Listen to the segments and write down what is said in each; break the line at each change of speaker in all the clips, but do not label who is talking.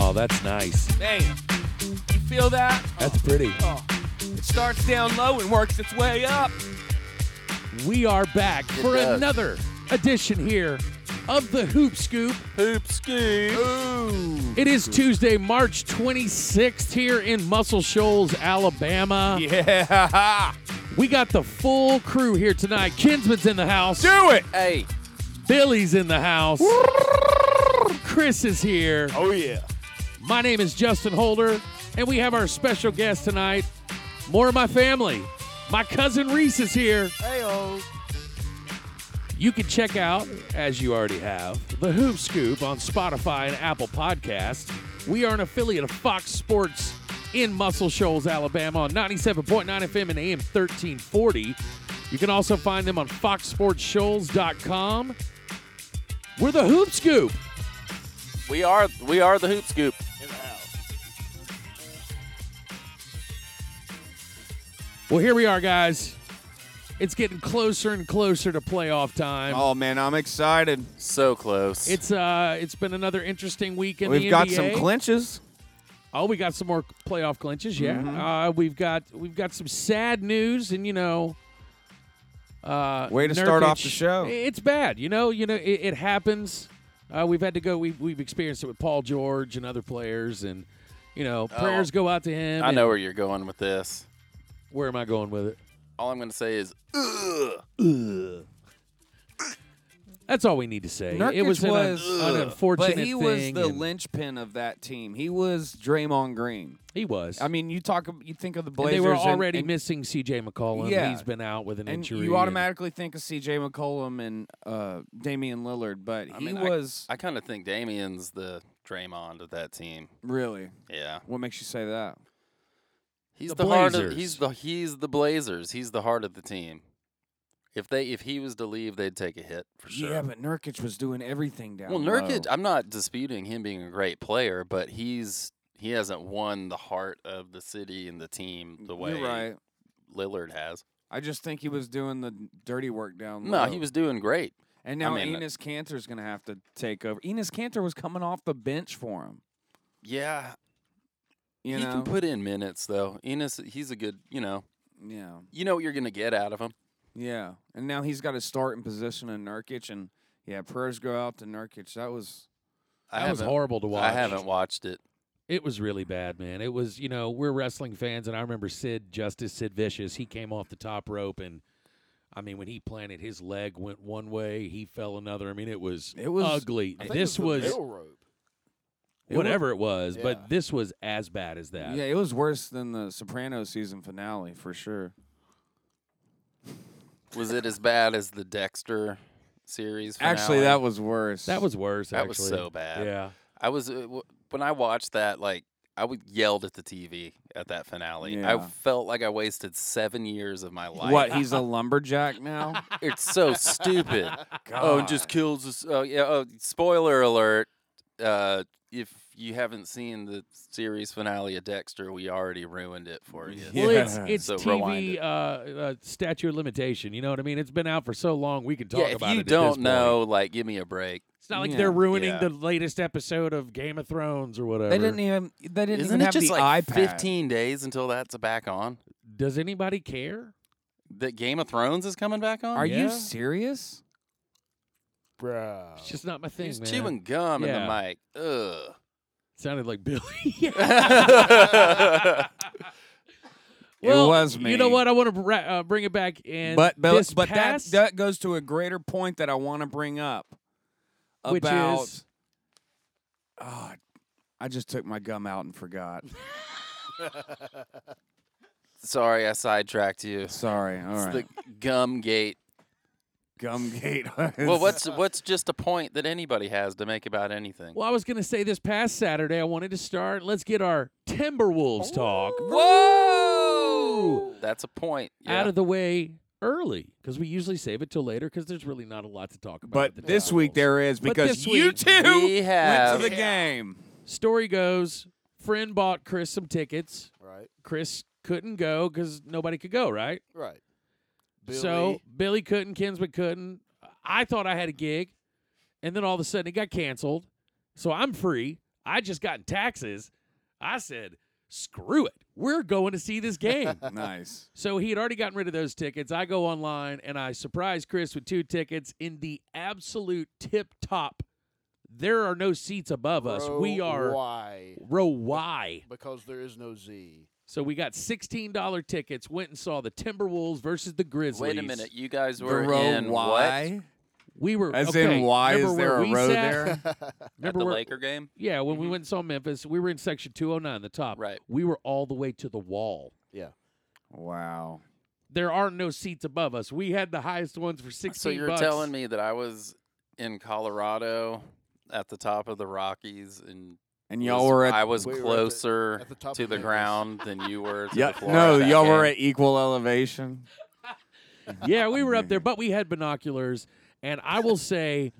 Oh, that's nice.
Man, you feel that?
That's pretty.
Oh, it starts down low and works its way up.
We are back for
does.
another edition here of the Hoop Scoop.
Hoop scoop.
Ooh.
It is Tuesday, March 26th here in Muscle Shoals, Alabama.
Yeah.
We got the full crew here tonight. Kinsman's in the house.
Do it.
Hey.
Billy's in the house. Chris is here.
Oh, yeah.
My name is Justin Holder, and we have our special guest tonight. More of my family. My cousin Reese is here.
Hey, oh.
You can check out, as you already have, the Hoop Scoop on Spotify and Apple Podcasts. We are an affiliate of Fox Sports in Muscle Shoals, Alabama on 97.9 FM and AM 1340. You can also find them on foxsportshoals.com. We're the Hoop Scoop.
We are we are the hoop scoop.
Well, here we are, guys. It's getting closer and closer to playoff time.
Oh man, I'm excited.
So close.
It's uh, it's been another interesting week in the
We've got
NBA.
some clinches.
Oh, we got some more playoff clinches. Yeah,
Mm-hmm.
uh, we've got we've got some sad news, and you know, uh,
Way to start off
Nurkic-
the show.
It's bad, you know. You know, it, it happens. Uh, we've had to go. We've we've experienced it with Paul George and other players, and you know,
Oh.
prayers go out to him.
I
and-
know where you're going with this.
Where am I going with it?
All I'm going to say is, ugh.
That's all we need to say. it
Nurkic
was, an, un-
was-
an unfortunate
But he
thing.
was the
and
linchpin of that team. He was Draymond Green.
he was.
I mean, you talk, you think of the
And
Blazers.
they were
and-
already
and,
missing C.J. McCollum.
Yeah.
he's been out with an
and
injury.
you automatically think of C.J. McCollum and uh, Damian Lillard, but
I
he
mean, I-
was
I kind of think Damien's the Draymond of that team.
really.
Yeah.
What makes you say that?
He's
The
the, heart of,
Blazers.
he's the he's the Blazers. He's the heart of the team. If they if he was to leave, they'd take a hit for sure.
Yeah, but Nurkic was doing everything down.
well, Nurkic,
low.
I'm not disputing him being a great player, but he's he hasn't won the heart of the city and the team the way
You're right.
Lillard has.
I just think he was doing the dirty work down.
No,
low.
he was doing great.
And now
mean, uh,
Enos Cantor's going to have to take over. Enos Cantor was coming off the bench for him.
Yeah,
You
he
know,
can put in minutes though. Enos, he's a good. You know,
yeah,
you know what you're gonna get out of him.
yeah. And now he's got to start in position in Nurkic, and yeah, prayers go out to Nurkic. That was
I
That was
haven't-
horrible to watch.
I haven't watched it.
It was really bad, man. It was, you know, we're wrestling fans, and I remember Sid Justice, Sid Vicious. He came off the top rope, and I mean, when he planted, his leg went one way, he fell another. I mean, it was
It was-
ugly. This was,
it wa-
whatever it was,
Yeah.
but this was as bad as that.
Yeah, it was worse than the Sopranos season finale for sure.
Was it as bad as the Dexter series?
Actually,
finale?
that was worse.
That was worse.
That
actually.
was so bad.
Yeah,
I was uh, w- when I watched that, like I would yelled at the TV at that finale. I
Yeah.
felt like I wasted seven years of my life.
what? He's a lumberjack now.
It's so stupid. Oh, and just kills. This, oh yeah. Oh, spoiler alert. Uh, if you haven't seen the series finale of Dexter, we already ruined it for you.
Well, it's
Yeah.
it's
So rewind
TV
it.
uh, uh, statute of limitation. You know what I mean? It's been out for so long. We can talk
yeah, if
about
you
it. at this
don't
point.
know, like, give me a break.
it's not like
Yeah.
they're ruining
Yeah.
the latest episode of Game of Thrones or whatever.
they didn't even. They didn't
Isn't
even
it
have
just
the
like
iPad.
15 days until that's back on?
Does anybody care?
That Game of Thrones is coming back on?
Are
Yeah.
you serious? Uh,
It's just not my thing,
He's
man.
chewing gum
Yeah.
in the
Sounded like Billy. Yeah.
mic. Ugh.
well,
it was me.
You know what? I want to ra- uh, bring it back in.
but but,
this
but that,
past,
that goes to a greater point that I want to bring up
which
about.
is
Ah, I just took my gum out and forgot.
Sorry, I sidetracked you. It's
Sorry. All right.
the gum gate.
gum gate.
Well, what's
uh,
what's just a point that anybody has to make about anything?
well, I was going to say this past Saturday. I wanted to start. Let's get our Timberwolves talk
Whoa!
That's a point.
out
Yeah.
of the way early because we usually save it till later because there's really not a lot to talk about.
But
with the
this week
Timberwolves.
there is
But
because
this
you
week
two
we have-
went to the game.
Story goes, friend bought Chris some tickets. Right. Chris couldn't go because nobody could go. Right.
Right.
So Billy couldn't, Kinsman couldn't. I thought I had a gig, and then all of a sudden it got canceled. So I'm free. I just got in taxes. I said, screw it. We're going to see this game.
nice.
So he had already gotten rid of those tickets. I go online and I surprise Chris with two tickets in the absolute tip top. There are no seats above us. we are
Why?
row Y.
Because there is no Z.
So we got $16 tickets, went and saw the Timberwolves versus the Grizzlies.
Wait a minute, you guys were
row
in what?
Y?
We were
As
okay,
in, why
remember
is there
where
a
we
row
sat?
there?
At
Remember
the
where,
Laker game?
Yeah, when we went and saw Memphis, we were in section 209, the top.
Right.
We were all the way to the wall.
Yeah.
wow.
There are no seats above us. We had the highest ones for 16
So you're
bucks.
telling me that I was in Colorado at the top of the Rockies and
And y'all
was-
were at
I was
we were at the-
closer
at the top
to
of
the
Memphis.
ground than you were. To
Yeah,
the floor
no,
at that
y'all were
game.
at equal elevation.
Yeah, we were up there, but we had binoculars. And I will say,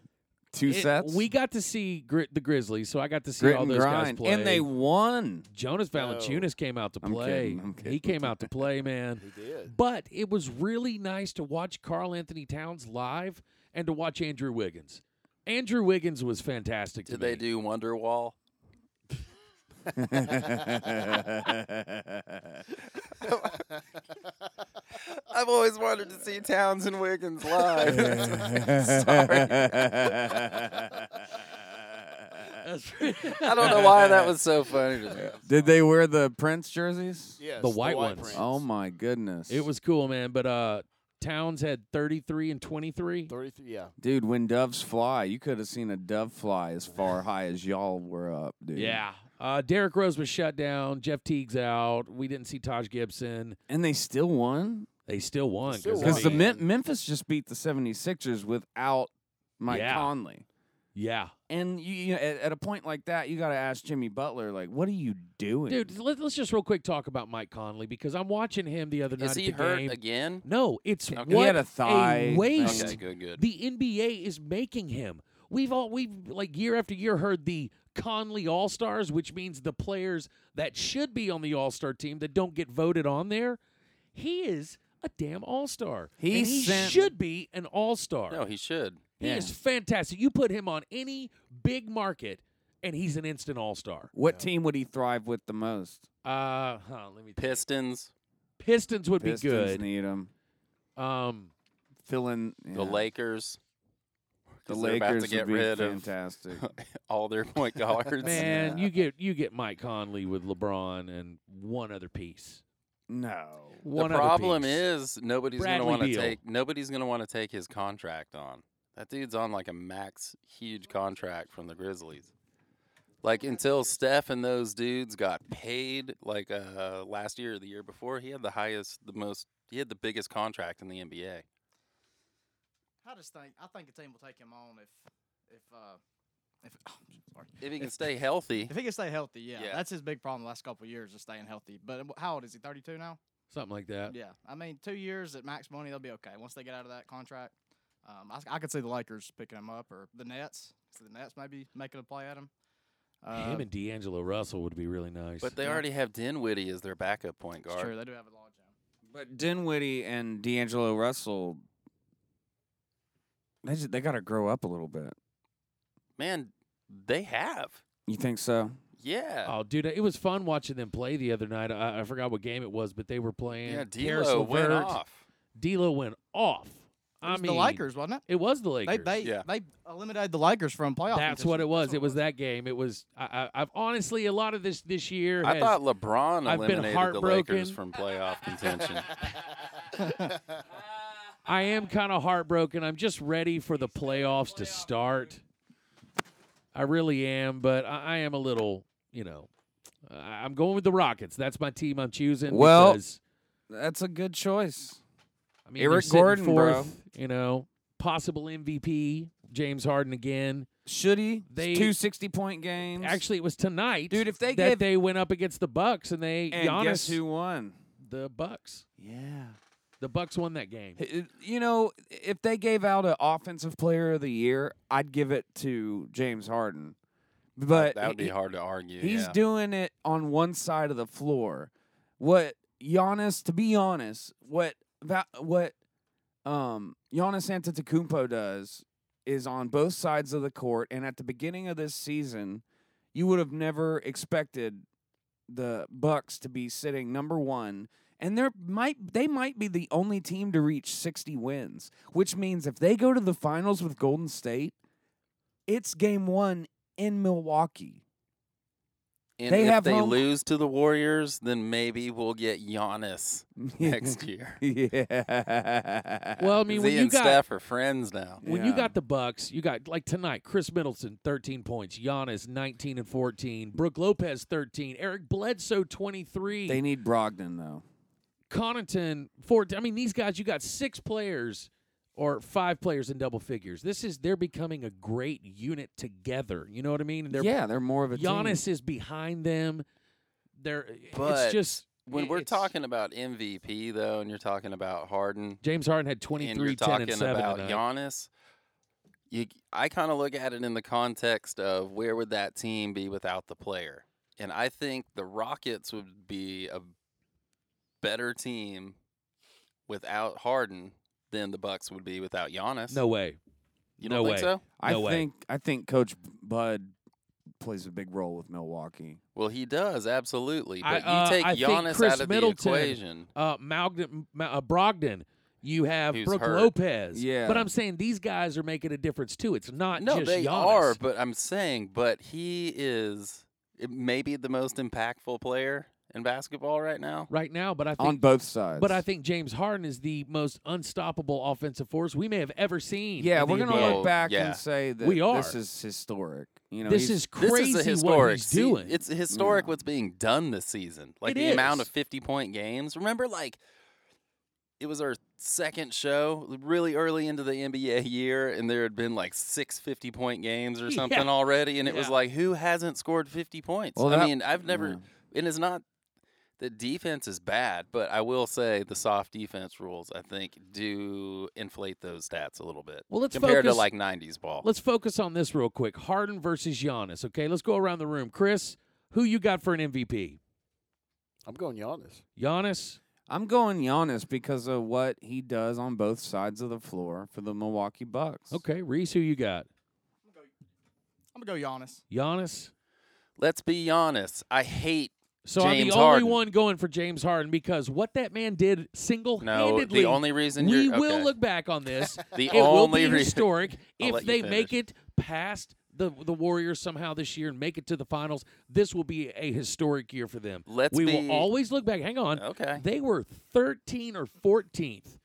Two
it-
sets.
we got to see Gri- the Grizzlies, so I got to see
grit
all
and
those guys
grind,
play.
and they won.
Jonas Valanciunas came out to
I'm
play.
kidding, I'm
He
kidding.
came out to play, man.
He did.
But it was really nice to watch Carl Anthony Towns live and to watch Andrew Wiggins. Andrew Wiggins was fantastic. to
Did they
me.
do Wonderwall? I've always wanted to see Towns and Wiggins live.
That's-
I don't know why that was so funny to me.
Did they wear the Prince jerseys?
Yes.
white ones.
Prince.
Oh my goodness!
it was cool, man. But uh, Towns had 33 and 23.
33. Yeah.
dude. When doves fly, you could have seen a dove fly as far high as y'all were up, dude.
Yeah. Uh, Derrick Rose was shut down. Jeff Teague's out. We didn't see Taj Gibson.
and they still won
They still won.
Still
I
because the
mean,
Mem- Memphis just beat the 76ers without Mike
Yeah.
Conley.
yeah,
And you, you know, at, at a point like that, you got to ask Jimmy Butler, like, what are you doing,
dude. Let, us just real quick talk about Mike Conley because I'm watching him the other night
Is
at
he
the
hurt
game.
again?
No, it's
Okay.
what
He had a thigh.
waste.
Okay, good, good.
The NBA is making him. We've all we've like year after year heard the Conley All Stars, which means the players that should be on the All Star team that don't get voted on there. He is a damn All Star.
He
and he
sent-
should be an All Star.
No, he should.
He is fantastic. You put him on any big market, and he's an instant All Star.
What team would he thrive with the most?
Uh, huh, let me. think.
Pistons,
Pistons would
Pistons
be good.
need him.
um,
Fill in yeah.
the Lakers.
The
'cause they're about
Lakers
to get
would be
rid of
fantastic.
all their point guards.
man,
Yeah.
you get you get Mike Conley with LeBron and one other piece.
no,
One
the
other
problem
piece.
is nobody's going to
Bradley
want to
Beal.
take nobody's going to want to take his contract on. That dude's on like a max huge contract from the Grizzlies. Like until Steph and those dudes got paid, like uh, last year or the year before, he had the highest, the most, he had the biggest contract in the NBA.
I just think I think a team will take him on if if uh if sorry.
If he can stay healthy,
If he can stay healthy, yeah,
Yeah.
that's his big problem the last couple of years is staying healthy. But wh- how old is he? Thirty two now.
something like that.
Yeah, I mean two years at max money, they'll be okay. Once they get out of that contract, um, I, s- I could see the Lakers picking him up or the Nets. So the Nets maybe making a play at him. Uh,
Him and D'Angelo Russell would be really nice.
but they already have Dinwiddie as their backup point
it's true,
guard.
they do have a log jam.
but Dinwiddie and D'Angelo Russell, they just, they got to grow up a little bit.
Man, they have.
You think so?
Yeah.
oh, dude, it was fun watching them play the other night. I, I forgot what game it was, but they were playing.
yeah,
Caris
D'Lo went
LeVert.
off.
D'Lo went off.
It
I
was
mean,
the Lakers, wasn't it?
It was the Lakers.
They they,
yeah.
they eliminated the Lakers from playoff.
That's what
contention.
it was.
That's
It was that game. It was. I, I, I've honestly a lot of this this year.
I
has-
thought LeBron
I've been
eliminated the
heartbroken.
Lakers from playoff contention.
I am kind of heartbroken. I'm just ready for the playoffs to start. I really am, but I, I am a little, you know, I, I'm going with the Rockets. That's my team I'm choosing.
Well,
because,
That's a good choice.
I mean,
Eric
they're sitting
Gordon, bro.
fourth, You know, possible MVP, James Harden again.
Should he?
They-
two sixty point games.
Actually, it was tonight,
Dude, if they
that
gave-
they went up against the Bucks and they
and
Giannis
guess who won?
the Bucks.
Yeah.
The Bucks won that game.
H- You know, if they gave out an offensive player of the year, I'd give it to James Harden. But
that would be
he-
hard to argue.
he's
yeah.
doing it on one side of the floor. What Giannis, to be honest, what that what um Giannis Antetokounmpo does is on both sides of the court and at the beginning of this season you would have never expected the Bucks to be sitting number one. And they might they might be the only team to reach 60 wins, which means if they go to the finals with Golden State, it's game one in Milwaukee.
And if
They have
they
home-
lose to the Warriors, then maybe we'll get Giannis next year.
yeah.
Well, I mean,
'Cause
when
he
you
and
got
Steph are friends now.
when you
Yeah.
got the Bucks, you got like tonight, Chris Middleton, 13 points, Giannis 19 and 14, Brooke Lopez 13, Eric Bledsoe 23,
they need Brogdon though.
Connaughton 14. I mean, these guys, you got six players or five players in double figures. This is they're becoming a great unit together. You know what I mean? And They're
yeah, they're more of a
Giannis
Team.
is behind them. They're
But
it's just
When we're
it's-
talking about MVP though, and you're talking about Harden,
James Harden had 23,
and you're
10,
talking
and 7
about
tonight.
Giannis, you, I kind of look at it in the context of where would that team be without the player, and I think the Rockets would be a better team without Harden than the Bucks would be without Giannis.
No way.
you
no
don't think
way.
so?
I
No way.
think I think Coach Bud plays a big role with Milwaukee.
Well, he does absolutely,
I-
but
uh,
you take
I think
Giannis
Chris
out of
Middleton-
the equation.
uh, Malgden, Ma- uh, Brogdon. You have
Who's
Brooke
hurt.
Lopez.
Yeah.
But I'm saying these guys are making a difference too. It's not
No,
just
they
Giannis.
are, but I'm saying, but he is maybe the most impactful player in basketball right now.
right now. But I
On
think,
both sides.
but I think James Harden is the most unstoppable offensive force we may have ever seen.
Yeah,
in the
we're gonna
NBA.
NBA.
look back
Yeah.
and say that
We
this
are.
is historic. You know,
This
he's-
is crazy
this is a
what
historic.
he's
se-
doing.
It's historic
Yeah.
what's being done this season. Like
It
the amount
is.
of 50 point games. Remember, like, it was our second show really early into the NBA year, and there had been like six 50 point games or
Yeah.
something already. And it was
Yeah.
like, who hasn't scored 50 points?
Well,
I
that- Mm.
mean, I've never, and it's not. The defense is bad, but I will say the soft defense rules I think do inflate those stats a little bit
well, let's
compared
focus.
to like '90s ball.
let's focus on this real quick. Harden versus Giannis. Okay, let's go around the room. Chris, who you got for an MVP?
I'm going Giannis.
Giannis.
I'm going Giannis because of what he does on both sides of the floor for the Milwaukee Bucks.
Okay, Reese, who you got?
I'm gonna go Giannis.
Giannis.
Let's be honest. I hate
So I'm
James
the
Harden.
only one going for James Harden because what that man did
No,
single-handedly.
the only reason
we
you're, okay.
will look back on this.
The
it will
only
be
rea-
historic
I'll
if
let you
they make it past the the Warriors somehow this year and make it to the finals. This will be a historic year for them.
Let's
we
be-
will always look back. Hang on.
Okay.
They were 13 or 14th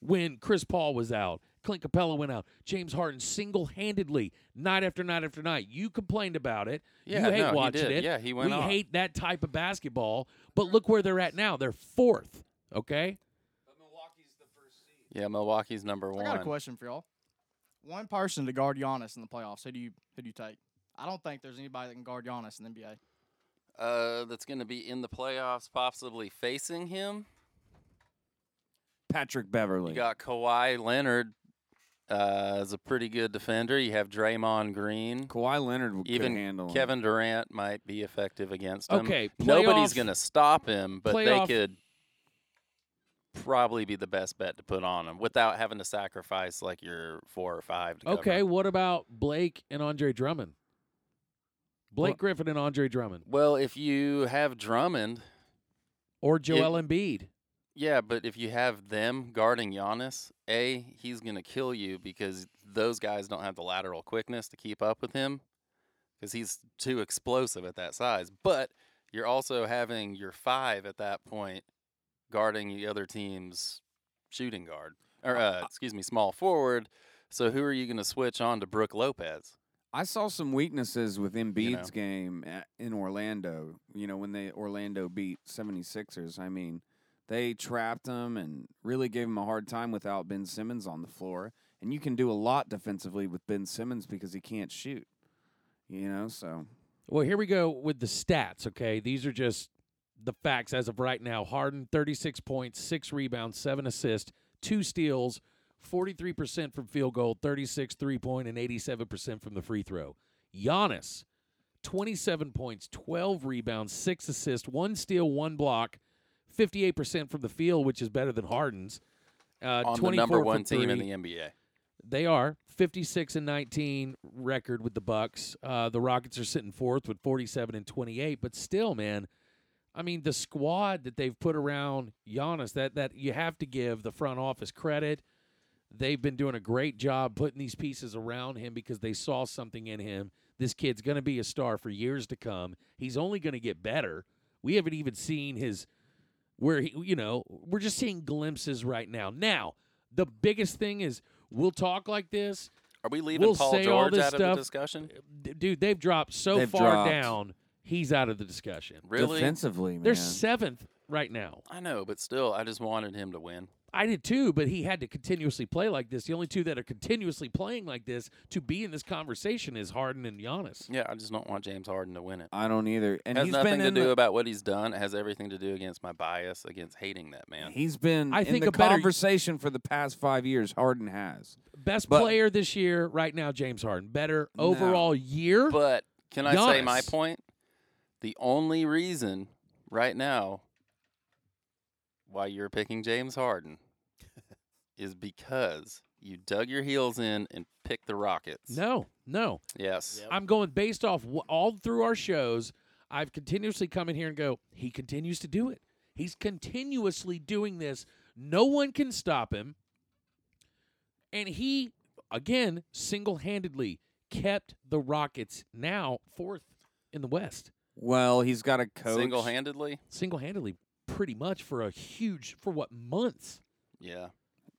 when Chris Paul was out. Clint Capella went out. James Harden single-handedly, night after night after night. You complained about it.
Yeah,
you hate
no, he
watching
did.
it.
Yeah, he went
We
off.
hate that type of basketball. But look where they're at now. They're fourth. Okay.
Yeah, Milwaukee's number
I
one.
got a question for y'all. One person to guard Giannis in the playoffs. Who do you who do you take? I don't think there's anybody that can guard Giannis in the NBA.
Uh, that's going to be in the playoffs, possibly facing him.
Patrick Beverly.
You got Kawhi Leonard uh, is a pretty good defender. You have Draymond Green.
Kawhi Leonard w-
Even
could handle him.
Kevin Durant might be effective against him.
Okay,
Um, Nobody's
playoff-
going to stop him, but
playoff-
they could probably be the best bet to put on him without having to sacrifice like your four or five. To cover
Okay,
him.
what about Blake and Andre Drummond? Blake Griffin and Andre Drummond
Well, if you have Drummond,
or Joel Embiid.
Yeah, but if you have them guarding Giannis, A, he's going to kill you because those guys don't have the lateral quickness to keep up with him because he's too explosive at that size. But you're also having your five at that point guarding the other team's shooting guard, or uh, excuse me, small forward. So who are you going to switch on to Brooke Lopez?
I saw some weaknesses with Embiid's
know.
game at, in Orlando. You know, when they Orlando beat 76ers, I mean, they trapped him and really gave him a hard time without Ben Simmons on the floor. And you can do a lot defensively with Ben Simmons because he can't shoot. You know, so
Well, here we go with the stats, okay? These are just the facts as of right now. Harden 36 points, 6 rebounds, 7 assists, 2 steals, 43% from field goal, 36 three-point and 87% from the free throw. Giannis 27 points, 12 rebounds, 6 assists, 1 steal, 1 block, 58% from the field, which is better than Harden's. Uh,
On the
24
number
from
one team in
three.
the NBA.
They are 56 and 19 record with the Bucks. Uh, the Rockets are sitting fourth with 47 and 28, but still, man, I mean the squad that they've put around Giannis that that you have to give the front office credit. They've been doing a great job putting these pieces around him because they saw something in him. This kid's going to be a star for years to come. He's only going to get better. We haven't even seen his where he, you know, we're just seeing glimpses right now. Now, the biggest thing is we'll talk like this.
Are we leaving
We'll
Paul
say all
George
this
out of
stuff.
the discussion?
D- Dude, they've dropped so
They've
far
dropped.
down, he's out of the discussion.
Really?
Defensively, man.
They're seventh right now.
I know, but still, I just wanted him to win.
I did too, but he had to continuously play like this. The only two that are continuously playing like this to be in this conversation is Harden and Giannis.
Yeah, I just don't want James Harden to win it.
I don't either. And
has
he's
nothing
been
to
in
do
the,
about what he's done. It has everything to do against my bias against hating that man.
He's been
I
in
think
the
a better-
conversation for the past five years. Harden has.
Best
But-
player this year right now, James Harden. Better
No.
overall year.
But can I say my
Giannis.
point? The only reason right now why you're picking James Harden is because you dug your heels in and picked the Rockets.
no, no.
Yes.
Yep.
I'm going based off wh- all through our shows. I've continuously come in here and go, he continues to do it. He's continuously doing this. No one can stop him. And he, again, single handedly kept the Rockets now fourth in the West.
Well, he's got a coach.
Single-handedly.
Single handedly, pretty much for a huge, for what, months?
Yeah.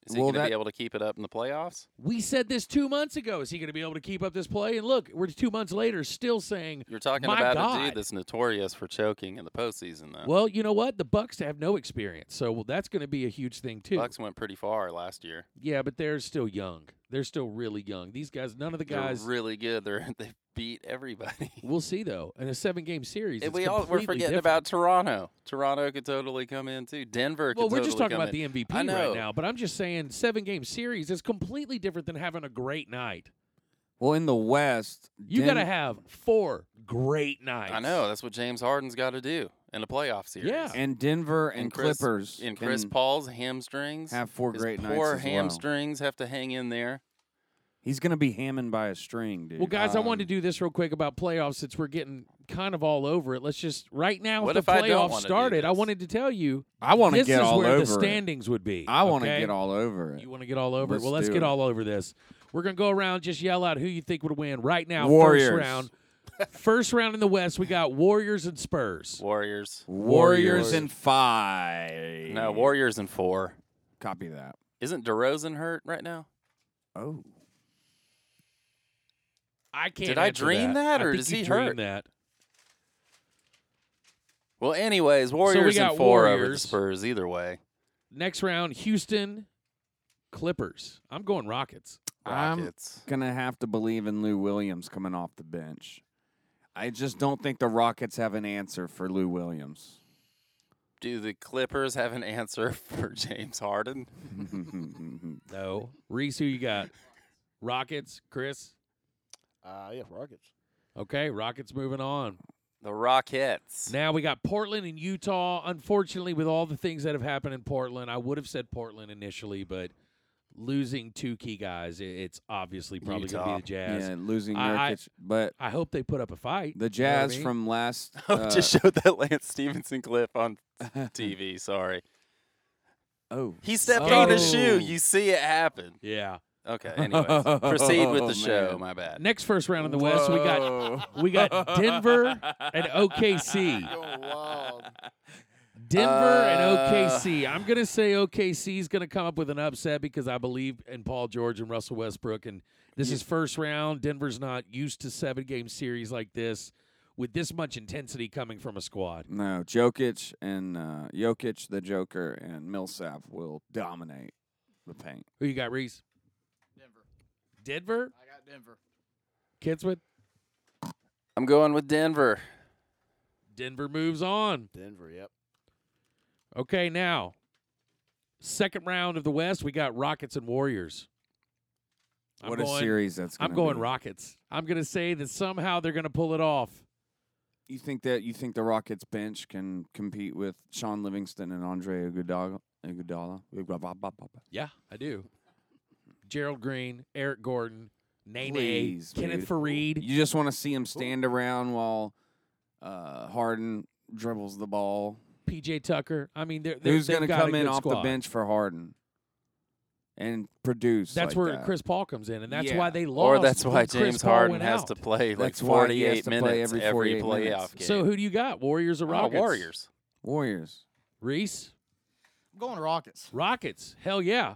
Is he
Well,
going to
that-
be able to keep it up in the playoffs?
We said this two months ago. Is he going to be able to keep up this play? And look, we're two months later still saying,
You're talking
My
about a
God.
dude that's notorious for choking in the postseason, though.
Well, you know what? The Bucks have no experience, so well, that's going to be a huge thing too.
Bucks went pretty far last year.
Yeah, but they're still young. They're still really young. These guys, none of the guys.
They're really good. They're they beat everybody.
we'll see though. In a seven-game series,
And
it's
we all we're
completely
forgetting
different.
about Toronto. Toronto could totally come in too. Denver. Could
Well, we're just
totally
talking
come
about
in.
the MVP
I know.
right now, but I'm just saying seven-game series is completely different than having a great night.
Well, in the West,
You
Den-
got to have four great nights.
I know that's what James Harden's got to do in a playoff series.
Yeah.
and Denver and,
And Chris-
Clippers
and Chris
can
Paul's hamstrings.
have four
his
great nights.
poor
as well.
hamstrings have to hang in there.
He's gonna be hamming by a string, dude.
Well, guys, I wanted
Um,
to do this real quick about playoffs since we're getting kind of all over it. Let's just right now,
What
if
if
the
I don't
playoffs
wanna do
started, I
this?
wanted to tell you
I want to
this
get
is
all
where
over
the
it.
standings would be.
I want to
okay?
get all over it.
You want to get all over
Let's
it? Well, let's
do
get
it.
all over this. We're going to go around, just yell out who you think would win right now.
Warriors.
First round. first round in the West, we got Warriors and Spurs.
Warriors.
Warriors
Warriors.
in five.
No, Warriors in four.
Copy that.
Isn't DeRozan hurt right now?
Oh,
I can't.
Did I
answer
dream that,
I
or
think
does
you
he
dream
hurt?
That
Well, anyways, Warriors
got
in four over the
Warriors.
Spurs. Either way,
next round, Houston, Clippers. I'm going Rockets.
I'm-
Rockets.
gonna have to believe in Lou Williams coming off the bench. I just don't think the Rockets have an answer for Lou Williams.
Do the Clippers have an answer for James Harden?
No, Reese, who you got? Rockets, Chris.
Uh, yeah, Rockets.
Okay, Rockets moving on.
The Rockets.
Now we got Portland and Utah. Unfortunately, with all the things that have happened in Portland, I would have said Portland initially, but losing two key guys, i- it's obviously probably going to
Utah.
be the Jazz.
yeah, losing
I- I-
Nurkic, but
I hope they put up a fight.
the
You know what I
Jazz
mean?
from last.
I
uh,
just showed that Lance Stevenson clip on TV. Sorry.
oh,
He stepped on his
Oh.
shoe. You see it happen.
yeah.
Okay. Anyways, proceed with the show.
man.
My bad.
Next first round in the West, we got we got Denver and OKC.
Going wild.
Denver
Uh,
and OKC. I'm going to say OKC is going to come up with an upset because I believe in Paul George and Russell Westbrook. And this is first round. Denver's not used to seven game series like this with this much intensity coming from a squad.
no Jokic and uh, Jokic, the Joker, and Millsap will dominate the paint.
Who you got, Reese?
Denver.
Denver?
I got Denver.
Kidswood?
I'm going with Denver.
Denver moves on.
Denver, yep.
Okay, now, second round of the West, we got Rockets and Warriors. I'm
what
going-
a series that's.
I'm
gonna
going
be.
Rockets. I'm going to say that somehow they're going to pull it off.
You think that you think the Rockets bench can compete with Sean Livingston and Andre Iguodala? Iguodala?
Yeah, I do. Gerald Green, Eric Gordon, Nene,
Please,
Kenneth
dude.
Fareed.
You just want to see him stand around while uh, Harden dribbles the ball.
PJ Tucker. I mean, they're, they're,
Who's
going to
come in
good
off
squad.
the bench for Harden and produce?
That's
like
where
that?
Chris Paul comes in, and that's
Yeah.
why they lost.
Or that's why
when Chris
James
Paul
Harden
went
has
out.
to play like
That's why he
48
has to play
minutes
every 48
playoff
minutes.
game.
So who do you got? Warriors or
Oh,
Rockets?
Warriors.
Warriors.
Reese,
I'm going Rockets.
Rockets. Hell yeah,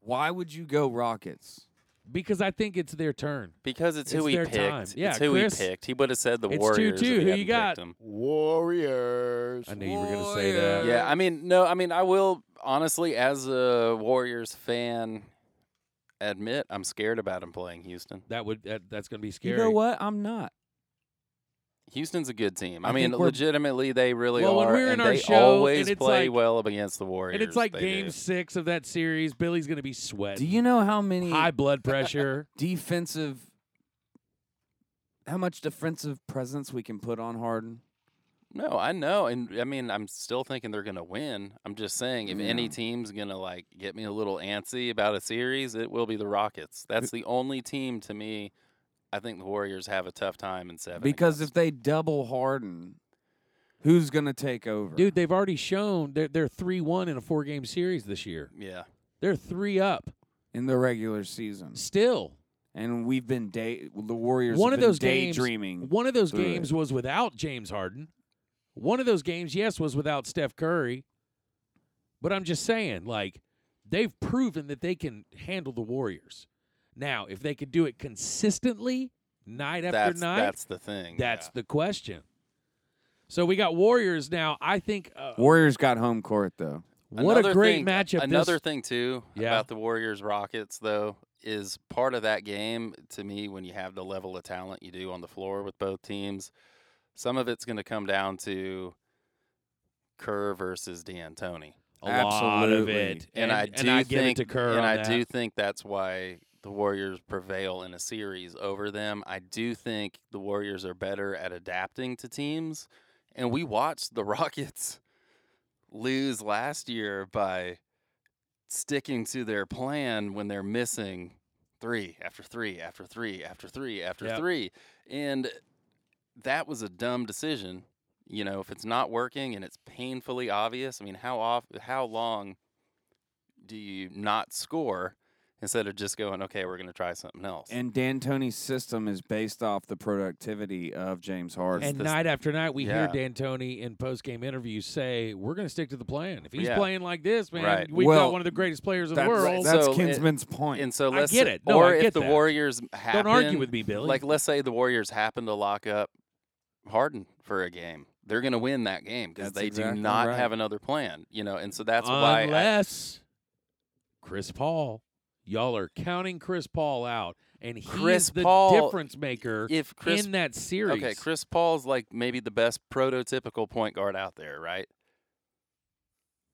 Why would you go Rockets?
because I think it's their turn.
Because it's,
It's
who he
their
picked.
time. Yeah,
it's who
Chris,
he picked. He would have said the
it's 2-2.
Warriors. if he
Who you
hadn't picked
got?
him.
Warriors.
I knew you were going to say that.
Warriors.
Yeah, I mean, no, I mean, I will honestly, as a Warriors fan, admit I'm scared about him playing Houston.
That would that, that's going to be scary.
You know what? I'm not.
Houston's a good team.
I
I mean,
think we're-
legitimately, they really
Well, when
are.
we were in
and
our
they
show, and
always
it's
play
like-
well up against the Warriors.
And it's like
they
game
do.
six of that series. Billy's going to be sweating.
Do you know how many
high blood pressure?
defensive, how much defensive presence we can put on Harden?
No, I know, and I mean, I'm still thinking they're gonna win. I'm just saying, if any
Yeah.
team's gonna like get me a little antsy about a series, it will be the Rockets. That's the only team to me. I think the Warriors have a tough time in seven.
Because if
against.
they double Harden, who's going to take over?
Dude, they've already shown they're they're three one in a four game series this year.
yeah,
They're three up
in the regular season.
still.
And we've been day the Warriors
one
have
of
been
those games,
daydreaming.
One of those
through it.
games was without James Harden. One of those games, yes, was without Steph Curry. But I'm just saying, like, they've proven that they can handle the Warriors. Now, if they could do it consistently, night after
that's
night,
that's the thing.
that's
yeah.
the question. So we got Warriors now. I think uh,
Warriors got home court though.
what a
Another
great
thing-
matchup.
Another
this,
thing too
Yeah.
about the Warriors Rockets though is part of that game to me when you have the level of talent you do on the floor with both teams. Some of it's going to come down to Kerr versus D'Antoni,
a lot of
Absolutely.
it,
and, I do
give
think
it to Kerr.
and
on
I
that.
do think that's why the Warriors prevail in a series over them. I do think the Warriors are better at adapting to teams, and we watched the Rockets lose last year by sticking to their plan when they're missing three after three after three after three after
Yep.
three, and that was a dumb decision. You know, if it's not working and it's painfully obvious, I mean, how off, how long do you not score instead of just going, okay, we're going to try something else?
And D'Antoni's system is based off the productivity of James Harden.
And
this-
night after night, we
Yeah.
hear D'Antoni in post game interviews say, "We're going to stick to the plan. If he's
Yeah.
playing like this, man,
Right.
we've got
Well,
one of the greatest players in the
that's,
world."
that's
So it-
Kinsman's point.
and so
I
let's
get
say-
it. No, I
or
get
if the
that.
Warriors happen,
Don't argue with me, Billy.
Like, let's say the Warriors happen to lock up Harden for a game. They're going to win that game because
That's
they
exactly
do not
right.
have another plan, you know. And so that's why I-
unless Chris Paul, y'all are counting Chris Paul out, and he's
Chris
the
Paul-
difference maker
if Chris
in that series.
okay, Chris Paul's like maybe the best prototypical point guard out there, right?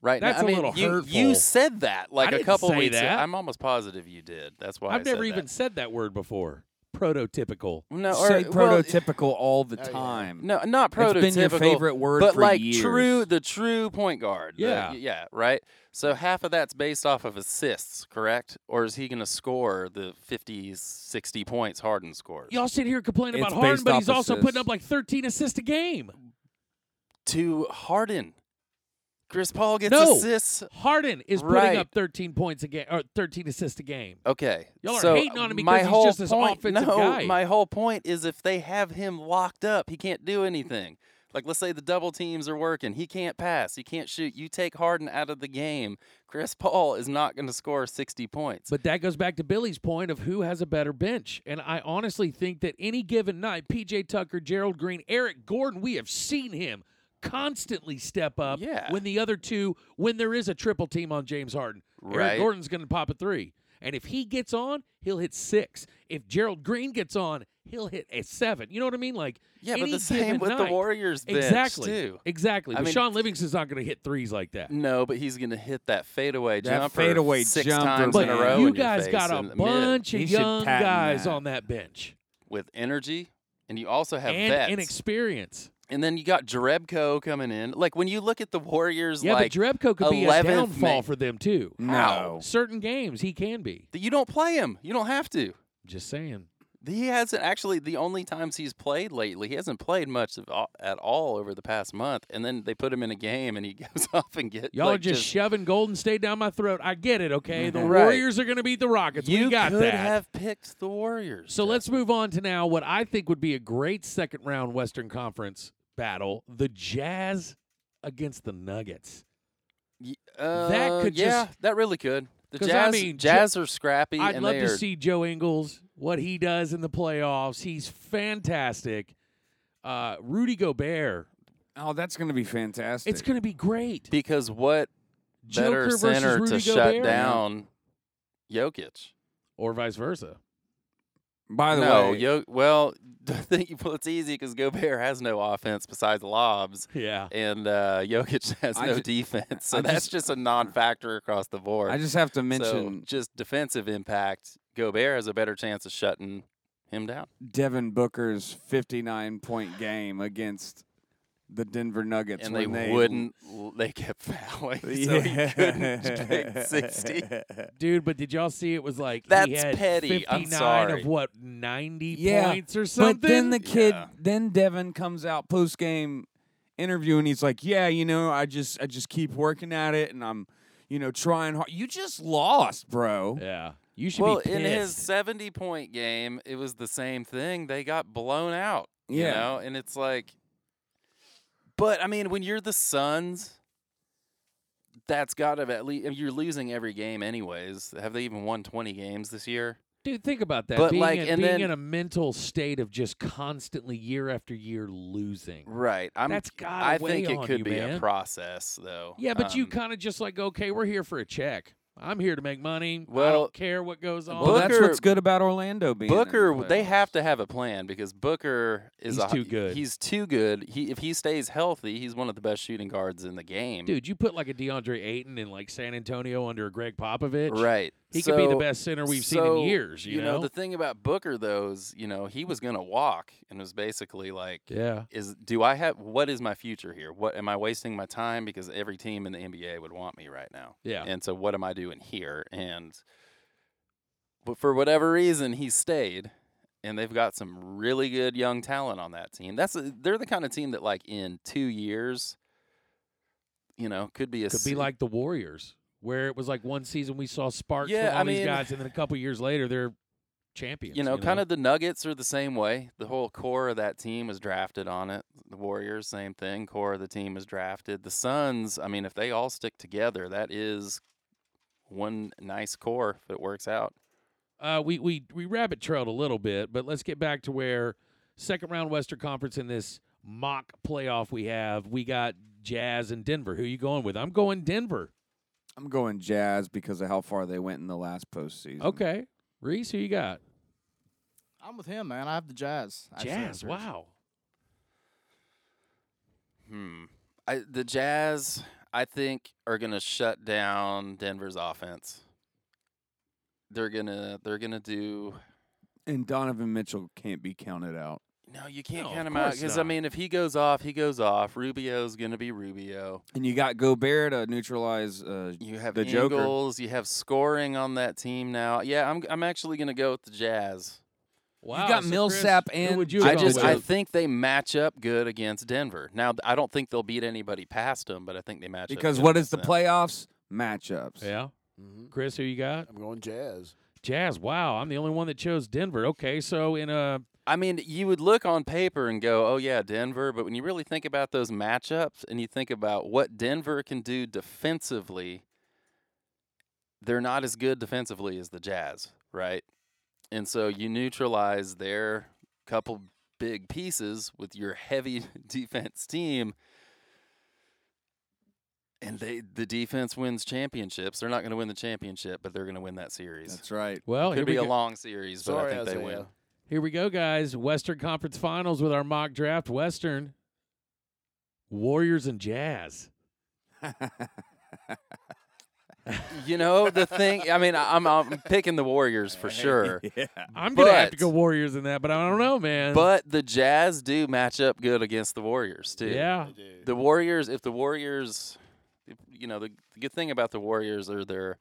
Right. now-
That's
I
a
mean,
little
you,
hurtful.
You said that like a
didn't
couple
say
weeks.
that.
I'm almost positive you did. That's why I
I've never
said
even
that.
said that word before. Prototypical.
no or-
say
well,
prototypical all the
Oh, yeah.
time.
No, not prototypical.
It's been your favorite word
but
for
like
years.
true, the true point guard. the-
Yeah.
y- yeah, right. So half of that's based off of assists, correct? Or is he going to score the 50, 60 points Harden scores?
Y'all sit here complaining
It's
about Harden,
based
but
off
he's also
assists.
putting up like 13 assists a game.
To Harden, Chris Paul gets
No.
assists.
Harden is
Right.
putting up 13 points a game or 13 assists a game.
Okay,
Y'all are
so
hating on him because
my
he's
whole
just this
point,
offensive
no,
guy.
My whole point is if they have him locked up, he can't do anything. Like let's say the double teams are working, he can't pass, he can't shoot. You take Harden out of the game, Chris Paul is not going to score sixty points.
But that goes back to Billy's point of who has a better bench. And I honestly think that any given night, PJ Tucker, Gerald Green, Eric Gordon, we have seen him constantly step up
Yeah.
when the other two, when there is a triple team on James Harden. Eric
Right.
Gordon's going to pop a three. And if he gets on, he'll hit six. If Gerald Green gets on, he'll hit a seven. You know what I mean? Like
Yeah, but
any
the same
given
with the
night.
Warriors bench
Exactly.
too.
Exactly.
I
But
mean-
Sean Livingston's not going to hit threes like that.
No, but he's going to hit that fadeaway
That
jumper
fadeaway
six
jumper,
times
But
in a row.
you
in your
guys
face
got
in
a
the mid
bunch of
He should
young
patent
guys
that.
on that bench
with energy, and you also have
and
vets.
inexperience.
And then you got Jarebko coming in. Like when you look at the Warriors,
Yeah,
like
but Drebko could be a
11th
downfall
man.
for them too.
No.
Certain games he can be.
you don't play him. You don't have to.
Just saying.
He hasn't actually. The only times he's played lately, he hasn't played much of, all- at all over the past month. And then they put him in a game, and he goes off and gets
Y'all
like, Mm-hmm.
are just, shoving Golden State down my throat. I get it, okay? The
Right.
Warriors are going to beat the Rockets.
you
we got
could
that.
have picked the Warriors.
so let's
Justin.
move on to now what I think would be a great second round Western Conference battle the Jazz against the Nuggets.
Y-
That
uh,
could
yeah,
just-
that really could. The
'Cause I
Jazz,
mean, Ju-
Jazz are scrappy.
I'd
and
love
they
to
are-
see Joe Ingles, what he does in the playoffs. He's fantastic. Uh, Rudy Gobert.
Oh, that's going to be fantastic.
It's going to be great.
because what
Joker
better
versus
center
Rudy
to
Gobert?
shut down Jokic?
Or vice versa.
By the
no,
way,
Yo- well, I think- well, it's easy because Gobert has no offense besides lobs,
Yeah.
and uh, Jokic has
I
no
ju-
defense. So
I
that's
just-
just, a non-factor across the board.
I just have to mention
so just defensive impact. Gobert has a better chance of shutting him down.
Devin Booker's 59 point game against the Denver Nuggets.
and they,
when they
wouldn't. l- They kept fouling, so
Yeah.
he couldn't pick sixty.
Dude, but did y'all see it was like he
That's
had
petty. I'm
59
sorry.
of what 90
Yeah,
points or something.
But then the kid,
Yeah.
then Devin comes out post game interview and he's like, "Yeah, you know, I just I just keep working at it and I'm, you know, trying hard. You just lost, bro.
yeah, you should
Well,
be pissed.
in his seventy-point game, it was the same thing. They got blown out. You
Yeah.
know, and it's like, but I mean, when you're the Suns, that's got to at least you're losing every game anyways. Have they even won twenty games this year?
Dude, think about that.
But,
being
like,
in,
and
being
then-
in a mental state of just constantly year after year losing.
Right. I'm,
That's gotta
I
weigh
think it
on
could
you,
be
man.
a process, though.
Yeah, but you
Um,
kind of just like, okay, we're here for a check. I'm here to make money. I
Well-
don't care what goes on.
Well, that's
Booker-
what's good about Orlando being in the
Booker, they
playoffs.
have to have a plan because Booker is
He's
a-
too good.
He's too good. He if he stays healthy, he's one of the best shooting guards in the game.
Dude, you put like a DeAndre Ayton in like San Antonio under a Greg Popovich.
right?
He could be the
So-
best center we've seen
so,
in years, you, know?
the thing about Booker though is, you know, he was gonna walk and was basically like,
yeah.
is do I have what is my future here? What am I wasting my time because every team in the NBA would want me right now.
Yeah.
And so what am I doing here? And but for whatever reason he stayed and they've got some really good young talent on that team. That's uh, they're the kind of team that like in 2 years you know, could be a
could be
se-
like the Warriors, where it was like one season we saw sparks
Yeah,
from all
I
these
mean-
guys, and then a couple years later they're champions.
you know, kind of the Nuggets are the same way. The whole core of that team was drafted on it. The Warriors, same thing. Core of the team was drafted. The Suns, I mean, if they all stick together, that is one nice core if it works out.
Uh, we we we rabbit trailed a little bit, but let's get back to where second round Western Conference in this mock playoff we have. We got Jazz and Denver. Who you going with? I'm going Denver.
I'm going Jazz because of how far they went in the last postseason.
Okay, Reese, who you got?
I'm with him, man. I have the Jazz. actually,
Jazz.
as yours.
Wow.
Hmm. I, the Jazz, I think, are gonna shut down Denver's offense. They're gonna they're gonna do.
And Donovan Mitchell can't be counted out.
No, you can't
No, of
count him out
course
I
not.
mean, if he goes off, he goes off. Rubio's gonna be Rubio.
And you got Gobert to neutralize. Uh,
You have
The
the
Joker.
Ingles, You have scoring on that team now. Yeah, I'm I'm actually gonna go with the Jazz.
Wow.
got
so Chris,
Millsap
who
and
would you
You're
I
go
just
with?
I think they match up good against Denver. Now th- I don't think they'll beat anybody past them, but I think they match up.
because
good
what
against
is the
them.
playoffs? Matchups.
yeah.
Mhm.
Chris, who you got?
I'm going jazz.
Jazz. Wow. I'm the only one that chose Denver. Okay, so in a
I mean, you would look on paper and go, "Oh yeah, Denver," but when you really think about those matchups and you think about what Denver can do defensively, they're not as good defensively as the Jazz, right? And so you neutralize their couple big pieces with your heavy defense team. And they the defense wins championships. They're not going to win the championship, but they're going to win that series.
That's right.
well,
Could
oh, here
be
we
a
go.
long series, but
Sorry,
I think they
Isaiah.
win.
Here we go, guys. Western Conference Finals with our mock draft. Western Warriors and Jazz.
you know the thing. I mean, I- I'm I'm picking the Warriors for sure.
yeah.
I'm gonna have to
But-
go Warriors in that, but I don't know, man.
But the Jazz do match up good against the Warriors too.
yeah,
Dude.
The Warriors, if the Warriors, if- you know, the, the good thing about the Warriors are they're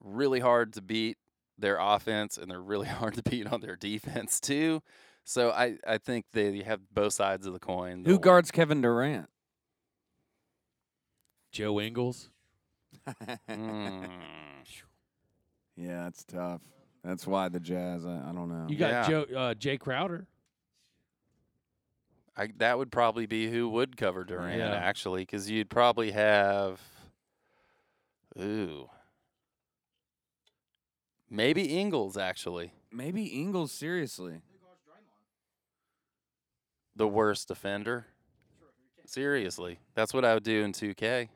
really hard to beat their offense and they're really hard to beat on their defense too. So I, I think they have both sides of the coin.
Who
They'll-
guards Kevin Durant?
Joe Ingles. Hmm.
Mm.
Yeah, it's tough. That's why the Jazz. I, I don't know.
You got
Yeah.
Joe uh, Jay Crowder.
I, that would probably be who would cover Durant
Yeah.
actually, because you'd probably have, ooh, maybe Ingles actually,
Maybe Ingles seriously.
the worst defender. Seriously, that's what I would do in 2K.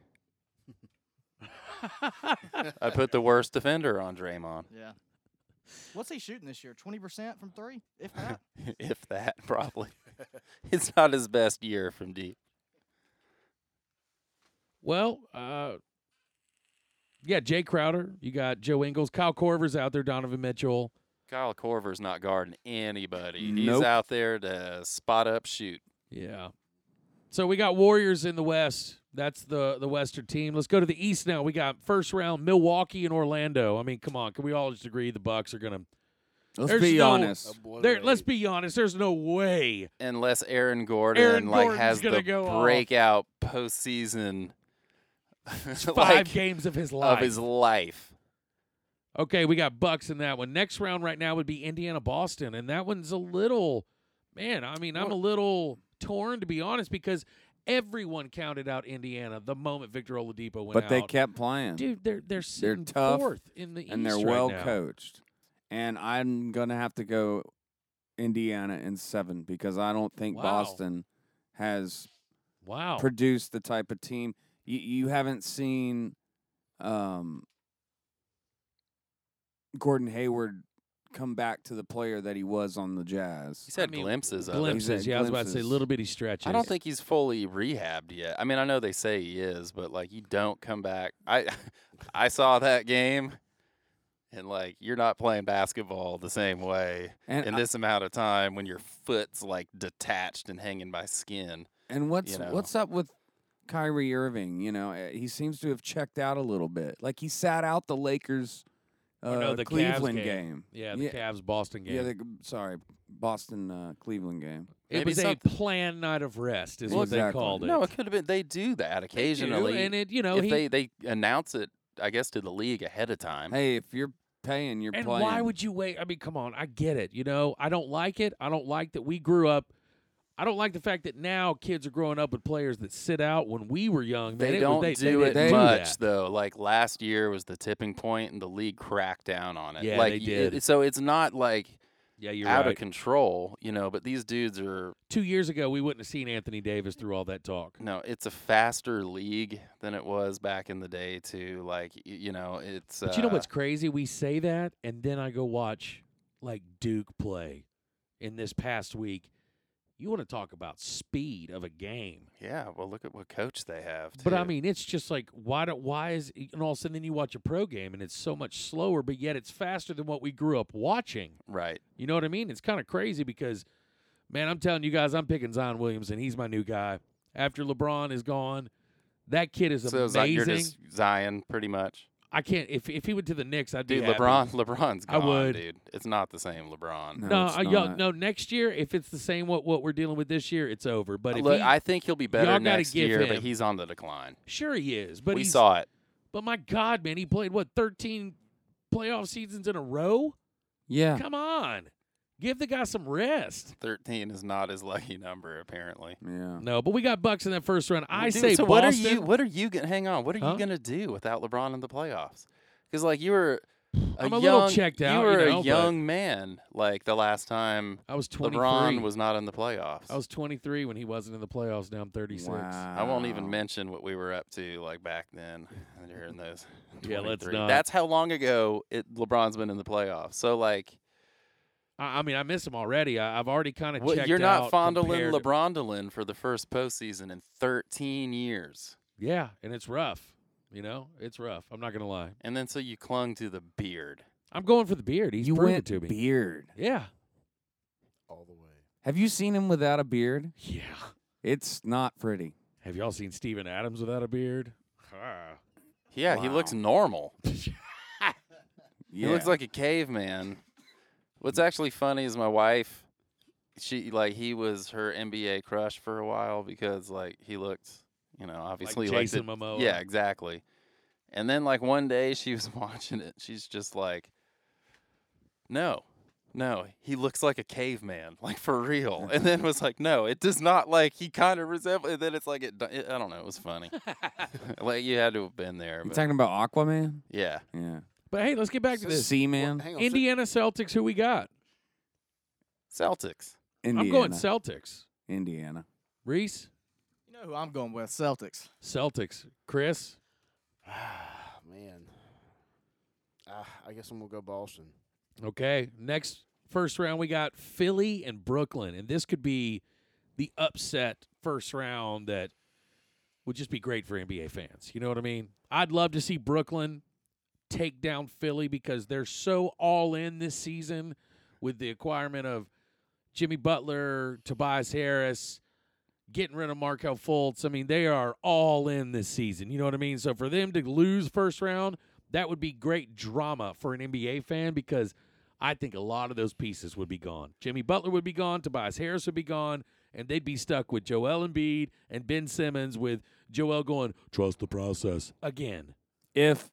I put the worst defender on Draymond,
Yeah. What's he shooting this year? Twenty percent from three, if that.
if that probably. it's not his best year from deep.
Well, uh, yeah, Jay Crowder. You got Joe Ingles. Kyle Corver's out there. Donovan Mitchell.
Kyle Corver's not guarding anybody.
Nope.
He's out there to spot up, shoot.
Yeah. So we got Warriors in the West. That's the the Western team. Let's go to the East now. We got first round Milwaukee and Orlando. I mean, come on, can we all just agree the Bucks are gonna?
Let's
There's
be
no-
honest.
There, let's be honest. There's no way.
unless Aaron Gordon
Aaron
like
Gordon's
has
gonna
the
go off.
breakout postseason
Five
like,
games of his life.
of his life.
Okay, we got Bucks in that one. Next round right now would be Indiana Boston, and that one's a little man, I mean, I'm a little torn to be honest because everyone counted out Indiana the moment Victor Oladipo went
But
out.
they kept playing,
Dude, they're they're sitting
tough,
fourth in the East
and they're
right
well
now.
coached. And I'm gonna have to go Indiana in seven because I don't think
Wow.
Boston has
Wow.
produce the type of team you, you haven't seen um, Gordon Hayward come back to the player that he was on the
He's
Jazz.
had
mean,
glimpses of it.
glimpses. Yeah, I was about to say
glimpses.
little bitty stretches.
I don't think he's fully rehabbed yet. I mean, I know they say he is, but like you don't come back. I I saw that game and like you're not playing basketball the same way
And
in
I-
this amount of time when your foot's like detached and hanging by skin.
and what's
you know.
what's up with Kyrie Irving? You know, eh, he seems to have checked out a little bit. Like he sat out the Lakers uh,
Oh, no, the Cavs
Cleveland
game. Yeah, the
yeah.
Cavs Boston game.
Yeah, the, sorry, Boston uh, Cleveland game.
it
Maybe
was a
something-
planned night of rest, is
Well,
what they
exactly.
called it.
No, it could have been they do
They
that
do,
occasionally.
and it you know
if
he,
they they announce it, I guess to the league ahead of time.
Hey, if you're paying, you're
and
playing.
why would you wait? I mean, come on. I get it. You know, I don't like it. I don't like that we grew up. I don't like the fact that now kids are growing up with players that sit out when we were young. Man,
they
it was-
don't
they, they
do it
didn't
much
that.
though. Like last year was the tipping point, and the league cracked down on it.
Yeah,
like,
they
y-
did.
it- so it's not like
Yeah, you're
out
right.
of control, you know. But these dudes are
Two years ago, we wouldn't have seen Anthony Davis through all that talk.
no. It's a faster league than it was back in the day. Too like y- you know, it's.
But you know
uh,
what's crazy? We say that, and then I go watch like Duke play in this past week. You want to talk about speed of a game?
Yeah, well, look at what coach they have.
But I
too.
mean, it's just like why do why is and all of a sudden then you watch a pro game and it's so much slower, but yet it's faster than what we grew up watching.
right?
You know what I mean? It's kind of crazy because, man, I'm telling you guys, I'm picking Zion Williams and he's my new guy. After LeBron is gone, that kid is
So it's like you're
amazing.
just Zion, pretty much.
I can't if if he went to the Knicks, I'd be
Dude,
happy.
LeBron, LeBron's
I
gone,
would.
dude. It's not the same LeBron.
No,
No,
it's
uh, y'all-
not.
no. Next year, if it's the same what what we're dealing with this year, it's over. But if
Look,
he,
I think he'll be
y'all
better
gotta
next
give
year, but
him-
he's on the decline.
sure he is, but
we
he's,
saw it.
But my God, man, he played what 13 playoff seasons in a row.
Yeah.
Come on. Give the guy some rest.
13 is not his lucky number, apparently.
Yeah.
No, but we got Bucks in that first round. I
Dude,
say
so
Boston.
what are you what are you gonna hang on? What are
Huh?
you gonna do without LeBron in the playoffs? Because like you were a
I'm a
young,
little checked out,
You
you
were
know,
a
but-
young man like the last time
I was 23.
LeBron was not in the playoffs.
I was 23 when he wasn't in the playoffs. Now I'm 36.
I won't even
Wow.
mention what we were up to like back then during those.
Yeah, let's
23.
not.
That's how long ago it LeBron's been in the playoffs. So like
I, I mean, I miss him already. I, I've already kind of
Well,
checked
you're not
out
fondling
compared-
LeBron for the first postseason in 13 years.
Yeah, and it's rough. You know, it's rough. I'm not gonna lie.
And then so you clung to the beard.
I'm going for the beard. He's
you
proven
went
it to me.
beard.
yeah,
all the way.
Have you seen him without a beard?
yeah.
It's not pretty.
Have y'all seen Steven Adams without a beard? Ah.
Yeah, he looks normal.
Yeah.
He looks like a caveman. What's
Mm.
actually funny is my wife. She like he was her NBA crush for a while because like he looked, you know, obviously
like Jason
the-
Momoa.
Yeah, exactly. And then like one day she was watching it. She's just like, no, no, he looks like a caveman, like for real. And then was like, no, it does not. Like he kind of resembles. And then it's like it, do- it. I don't know. It was funny. like you had to have been there.
You
but-
talking about Aquaman?
yeah.
Yeah.
But hey, let's get back to this.
Seaman.
Hang on, so-
Indiana Celtics. Who we got?
Celtics.
Indiana.
I'm going Celtics.
Indiana.
Reese,
You know who I'm going with? Celtics.
Celtics. Chris,
man. Ah, I guess I'm gonna go Boston.
Okay. Next first round, we got Philly and Brooklyn, and this could be the upset first round that would just be great for NBA fans. You know what I mean? I'd love to see Brooklyn take down Philly because they're so all in this season with the acquirement of Jimmy Butler, Tobias Harris, getting rid of Markel Fultz. I mean, they are all in this season. You know what I mean? So for them to lose first round, that would be great drama for an NBA fan because I think a lot of those pieces would be gone. Jimmy Butler would be gone, Tobias Harris would be gone, and they'd be stuck with Joel Embiid and Ben Simmons with Joel going, trust the process again.
If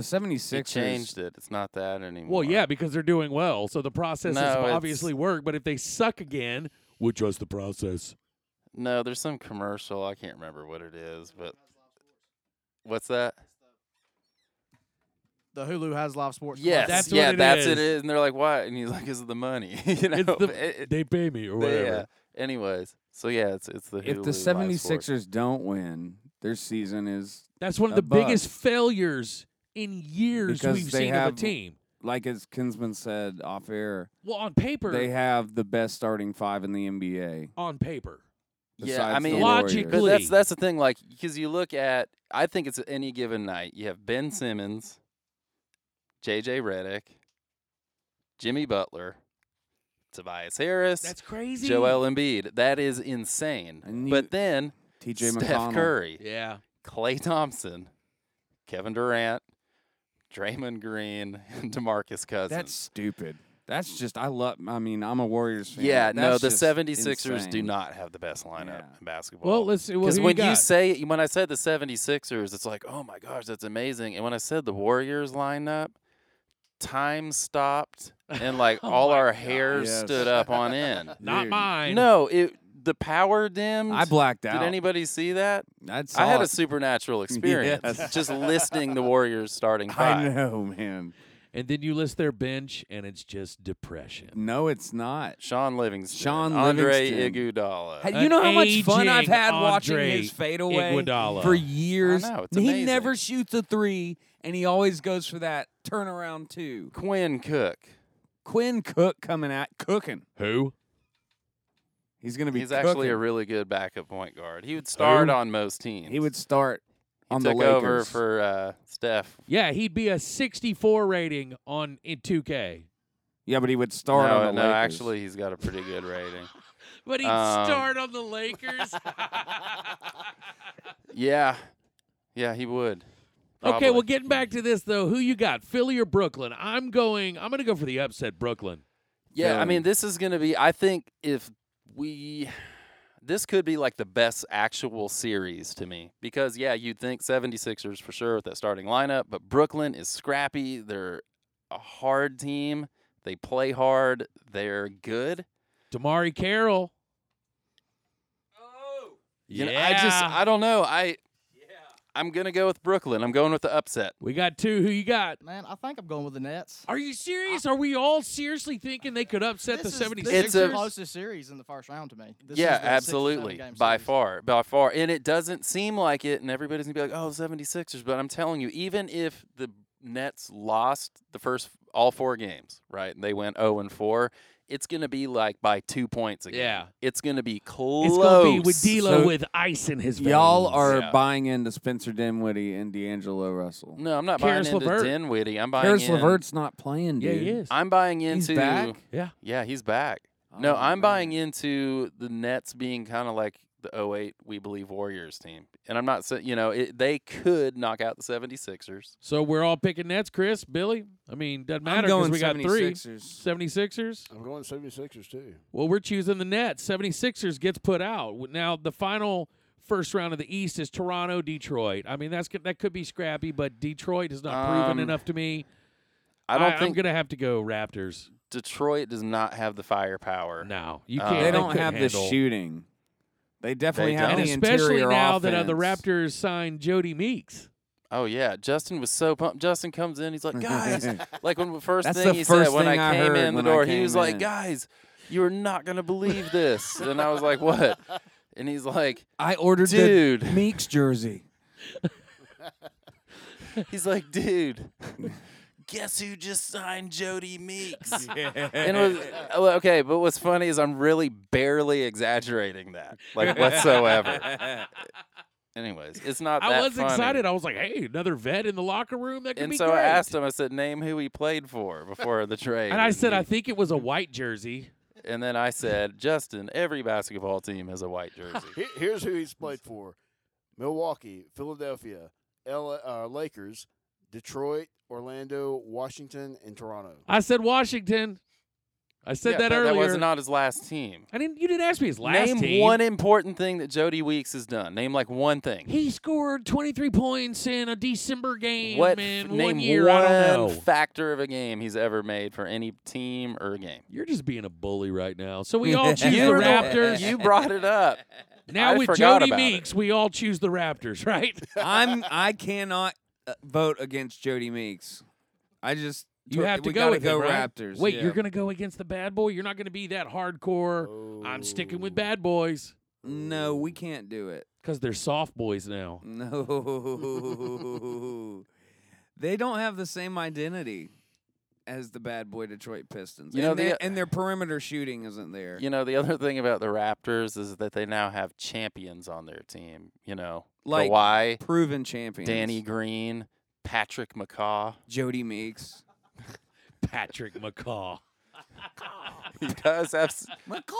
They
76ers
changed it. It's not that anymore.
Well, yeah, because they're doing well. So the process has
No, it's-
obviously worked, but if they suck again, we trust the process.
No, there's some commercial. I can't remember what it is, but what's that?
The Hulu has live sports. Club.
Yes,
That's
yeah,
what it
that's
is.
it is. And they're like, "Why?" And he's like, "Is it the money?" you know.
It's the,
it- it-
they pay me or
they-
whatever.
yeah. Anyways, so yeah, it's it's the
if the
Hulu live sports.
76ers don't win, their season is
That's one of
A
the biggest
bust.
failures in years
Because
we've
they
seen
have-
of a team.
like as Kinsman said off air,
Well, on paper,
they have the best starting five in the NBA.
on paper.
Yeah, I
besides
mean,
the
it-
Warriors.
Logically-
But that's that's the thing, like, because you look at, I think it's any given night. You have Ben Simmons, J.J. Redick, Jimmy Butler, Tobias Harris,
That's crazy.
Joel Embiid. That is insane.
And you-
but then
TJ
Steph
McConnell.
Curry,
Yeah.
Clay Thompson, Kevin Durant, Draymond Green, and DeMarcus Cousins.
That's stupid. That's just I love I mean, I'm a Warriors fan.
yeah, no,
That's
the
just
76ers do
insane.
not have the best lineup
Yeah.
in basketball.
Well, let's see. Well,
Because
who
when
you,
you,
got?
say when I said the 76ers, it's like, oh my gosh, that's amazing. And when I said the Warriors lineup, time stopped and like
Oh
all
my
our
God.
hairs
Yes.
stood up on end.
not
Dude.
mine.
no, it the power dimmed.
I blacked
Did
out.
anybody see that?
I'd
I had
saw
a
it.
supernatural experience
Yes.
just listing the Warriors starting
I
five.
know, man.
And then you list their bench, and it's just depression.
No, it's not.
Sean Livingston,
Sean
Andre
Livingston.
Iguodala.
Hey,
An
you know how much fun I've
aging
had watching
Andre
his fadeaway
Iguodala.
for years.
I know, it's
he
amazing.
never shoots a three, and he always goes for that turnaround two.
Quinn Cook.
Quinn Cook coming out cooking.
Who?
He's gonna be.
He's actually a
cooking.
really good backup point guard. He would start on most teams.
he would start on
took
the Lakers.
over for uh, Steph.
Yeah, he'd be a 64 rating on in 2K,
yeah, but he would start
no,
on the
no,
Lakers.
actually, he's got a pretty good rating.
but he'd
Um,
start on the Lakers.
yeah, yeah, he would.
okay, well,
Probably.
getting back to this though, who you got, Philly or Brooklyn? I'm going. I'm going to go for the upset, Brooklyn.
Yeah, I
Philly.
mean, this is going to be. I think if we, this could be like the best actual series to me because yeah, you'd think 76ers for sure with that starting lineup, but Brooklyn is scrappy. They're a hard team. They play hard. They're good.
Damari Carroll.
Oh. You
yeah.
know, I just I don't know. I I'm gonna go with Brooklyn. I'm going with the upset.
we got two. Who you got?
Man, I think I'm going with the Nets.
Are you serious? Are we all seriously thinking they could upset
this
the
is,
76ers?
this is the
It's a-
closest series in the first round to me. This
yeah,
is the six or seven
absolutely.
game
By
series.
far. By far. And it doesn't seem like it, and everybody's going to be like, oh, 76ers. But I'm telling you, even if the Nets lost the first all four games, right, oh and they went 0 and 4, it's gonna be like by two points again.
Yeah.
it's gonna be close.
It's gonna be with D'Lo
So-
with ice in his veins.
Y'all are
Yeah.
buying into Spencer Dinwiddie and D'Angelo Russell.
No, I'm not
Karis
buying into
LeVert.
Dinwiddie. I'm buying
Harris
in.
Levert's not playing,
yeah,
dude.
he is.
I'm buying
He's
into.
back?
Yeah.
Yeah, he's back. no,
Oh,
I'm
man.
buying into the Nets being kind of like the 08 We Believe Warriors team. And I'm not saying, you know, it, they could knock out the 76ers.
So we're all picking Nets, Chris, Billy. I mean, doesn't
I'm
matter because
going
we got three
76ers.
76ers.
I'm going 76ers too.
Well, we're choosing the Nets. 76ers gets put out. Now, the final first round of the East is Toronto, Detroit. I mean, that's that could be scrappy, but Detroit has not proven
Um,
enough to me.
I don't
am
think
gonna have to go Raptors.
Detroit does not have the firepower.
No, you
Uh,
can't.
Yeah,
They don't
couldn't
have the
handle.
shooting. They definitely
They
have
and
don't.
the
especially
interior
now that uh,
offense.
the Raptors signed Jody Meeks.
Oh, yeah. Justin was so pumped. Justin comes in. He's like, guys, like when the first
That's
thing
the
he
first
said when
thing I
I came
heard
in the
when I
door, he
came
was like,
in.
guys, you're not going to believe this. and I was like, what? And he's like,
I ordered
Dude.
the Meeks jersey.
He's like, dude, guess who just signed Jody Meeks? And it was, oh, okay, but what's funny is I'm really barely exaggerating that, like whatsoever. Anyways, it's not.
I
that
was
funny.
excited. I was like, hey, another vet in the locker room that could
and
be
so
great.
I asked him. I said, name who he played for before the trade.
and I said,
he-
I think it was a white jersey.
And then I said, Justin, every basketball team has a white jersey.
Here- Here's who he's played for: Milwaukee, Philadelphia, L- uh, Lakers, Detroit, Orlando, Washington, and Toronto.
I said Washington. I said
Yeah,
that
but
earlier.
That was not his last team.
I didn't. You didn't ask me his last
Name
team.
one important thing that Jody Weeks has done. Name like one thing.
He scored 23 points in a December game
What
in
f-
one
name
year.
one
I don't know.
factor of a game he's ever made for any team or game?
You're just being a bully right now. So we all choose the
You were the-
Raptors.
You brought it up.
now
I
with
forgot
Jody
about it.
Meeks, we all choose the Raptors, right?
I'm I cannot uh, vote against Jody Meeks. I just
You have to
we
go
gotta
with
go
him, right?
Raptors.
Wait,
yeah.
you're gonna go against the bad boy. You're not gonna be that hardcore. I'm sticking
Oh.
with bad boys
No, we can't do it.
because they're soft boys now.
No. they don't have the same identity as the bad boy Detroit Pistons.
You
and,
know,
their-
the-
and their perimeter shooting isn't there.
You know, the other thing about the Raptors is that they now have champions on their team. You know,
Like-
Kawhi,
Proven champions.
Danny Green, Patrick McCaw.
Jody Meeks.
Patrick McCaw.
He does have s- What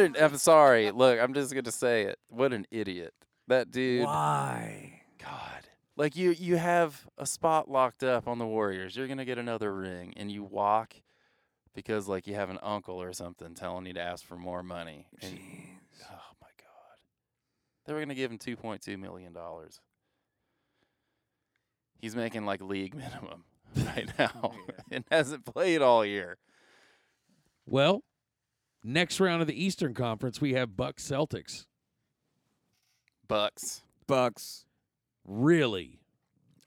an I'm sorry. Look, I'm just gonna say it. What an idiot. That dude.
Why?
God. Like you you have a spot locked up on the Warriors. You're gonna get another ring and you walk because like you have an uncle or something telling you to ask for more money. And, oh my god. They were gonna give him two point two million dollars. He's making like league minimum right now and hasn't played all year.
Well, next round of the Eastern Conference, we have Bucks Celtics.
Bucks.
Bucks.
Really?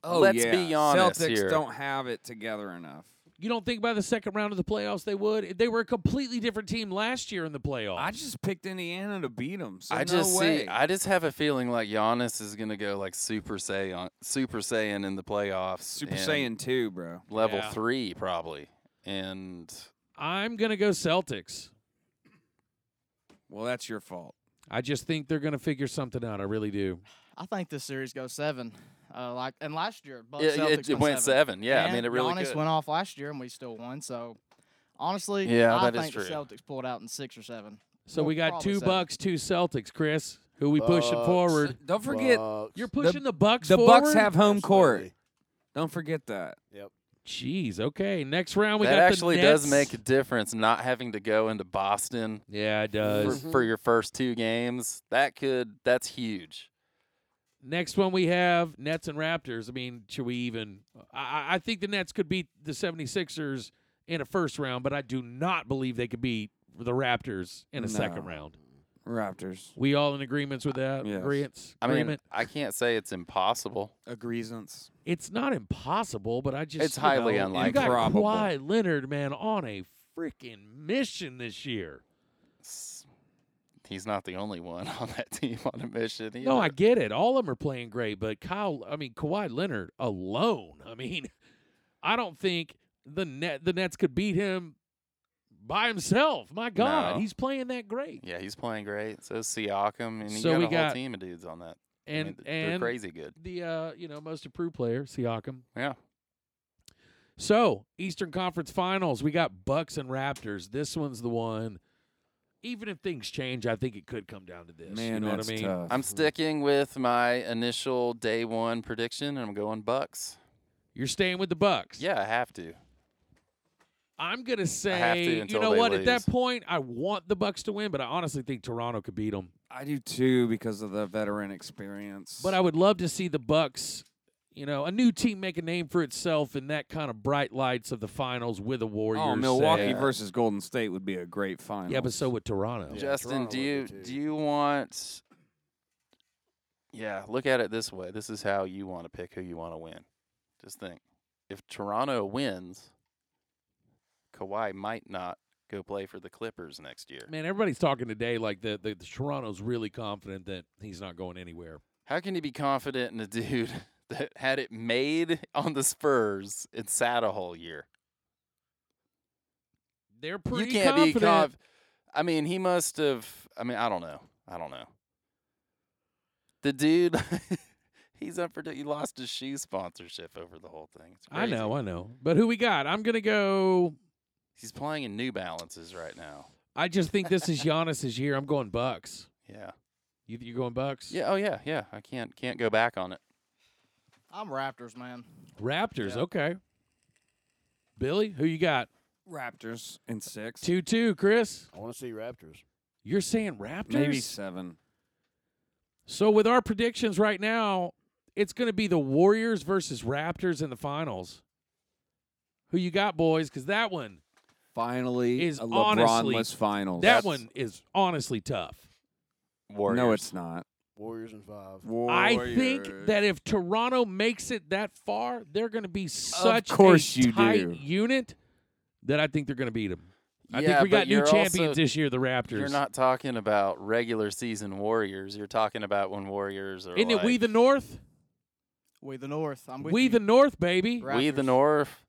Oh,
Let's
yeah.
be honest
Celtics
here.
don't have it together enough.
You don't think by the second round of the playoffs they would? They were a completely different team last year in the playoffs.
I just picked Indiana to beat them. So
I
no
just
way.
see. I just have a feeling like Giannis is gonna go like Super Saiyan, Super Saiyan in the playoffs.
Super
and
Saiyan 2, bro.
level
Yeah.
three probably, and
I'm gonna go Celtics.
Well, that's your fault.
I just think they're gonna figure something out. I really do.
I think this series goes seven. Uh, like and last year, Bucks
it,
Celtics
it, it went seven. Yeah, I
And
mean it really
Giannis
could.
went off last year and we still won. So honestly,
Yeah,
I
that is
think the
true.
Celtics pulled out in six or seven.
So
Well,
we got
probably
two
seven.
Bucks, two Celtics. Chris, who we pushing
Bucks.
forward?
Don't forget,
Bucks.
You're pushing the, Bucks.
the
forward?
Bucks have home court.
Absolutely.
Don't forget that.
Jeez. Okay. Next round we
that
got
actually
the
does
Nets.
make a difference not having to go into Boston
Yeah, it
for,
does.
for your first two games. That could. That's huge.
Next one we have Nets and Raptors. I mean, should we even? I, I- I think the Nets could beat the 76ers in a first round, but I do not believe they could beat the Raptors in a second
No.
round.
Raptors.
We all in agreements with that?
Yes.
Agreements?
I mean,
Agreement?
I can't say it's impossible.
Agreements.
It's not impossible, but I just
It's
you
highly
know, You
unlikely.
got
Improbable.
Kawhi Leonard, man, on a freaking mission this year.
It's- He's not the only one on that team on a mission.
No, I
either.
get it. All of them are playing great, but Kyle, I mean Kawhi Leonard alone. I mean, I don't think the net the Nets could beat him by himself. My God,
No.
he's playing that great.
Yeah, he's playing great. So is Siakam, and you
So
got
we
a whole
got-
team of dudes on that. I mean,
And
th- they're
and
crazy good.
the uh, you know most improved player Siakam.
Yeah.
So Eastern Conference Finals, we got Bucks and Raptors. This one's the one. Even if things change, I think it could come down to this. you
Man,
know
that's
what I mean?
tough.
I'm sticking with my initial day one prediction, and I'm going Bucks.
You're staying with the Bucks.
Yeah, I have to.
I'm gonna
have to
say, you
until
know
they
what? At that
lose.
point, I want the Bucks to win, but I honestly think Toronto could beat them.
I do too because of the veteran experience.
But I would love to see the Bucks, you know, a new team make a name for itself in that kind of bright lights of the finals with a Warriors.
oh, Milwaukee
say.
Yeah.
versus Golden State would be a great final.
uh, Yeah, but so would Toronto.
Oh, Yeah,
Justin,
Toronto
do
would be
you
too.
do you want? Yeah, look at it this way. This is how you want to pick who you want to win. Just think, if Toronto wins, Kawhi might not go play for the Clippers next year.
Man, everybody's talking today like the, the, the Toronto's really confident that he's not going anywhere.
How can you be confident in a dude that had it made on the Spurs and sat a whole year?
They're pretty
you can't
confident.
be conf- I mean, he must have. I mean, I don't know. I don't know. The dude, he's unpredictable. He lost his shoe sponsorship over the whole thing. It's
I know,
crazy.
I know. But who we got? I'm gonna go.
He's playing in New Balances right now.
I just think this is Giannis's year. I'm going Bucks.
Yeah.
You you going Bucks?
Yeah. Oh yeah. Yeah. I can't can't go back on it.
I'm Raptors, man.
Raptors.
Yeah.
Okay. Billy, who you got?
Raptors in six,
Two two. Chris,
I want to see Raptors.
you're saying Raptors?
maybe seven.
So with our predictions right now, it's going to be the Warriors versus Raptors in the finals. Who you got, boys? Because that one,
Finally,
Is
a
honestly-
LeBronless finals.
that one is honestly tough.
Warriors.
No, it's not.
Warriors in five.
I think that if Toronto makes it that far, they're going to be such
course
a
you
tight
do. unit.
that I think they're going to beat them. I think
Yeah,
we got
but
new
you're
champions
also-
this year, the Raptors.
You're not talking about regular season Warriors. You're talking about when Warriors are.
Isn't it we
like-
the North?
We the North. I'm with
We
you.
the North, baby.
Right.
We the
Raptors.
North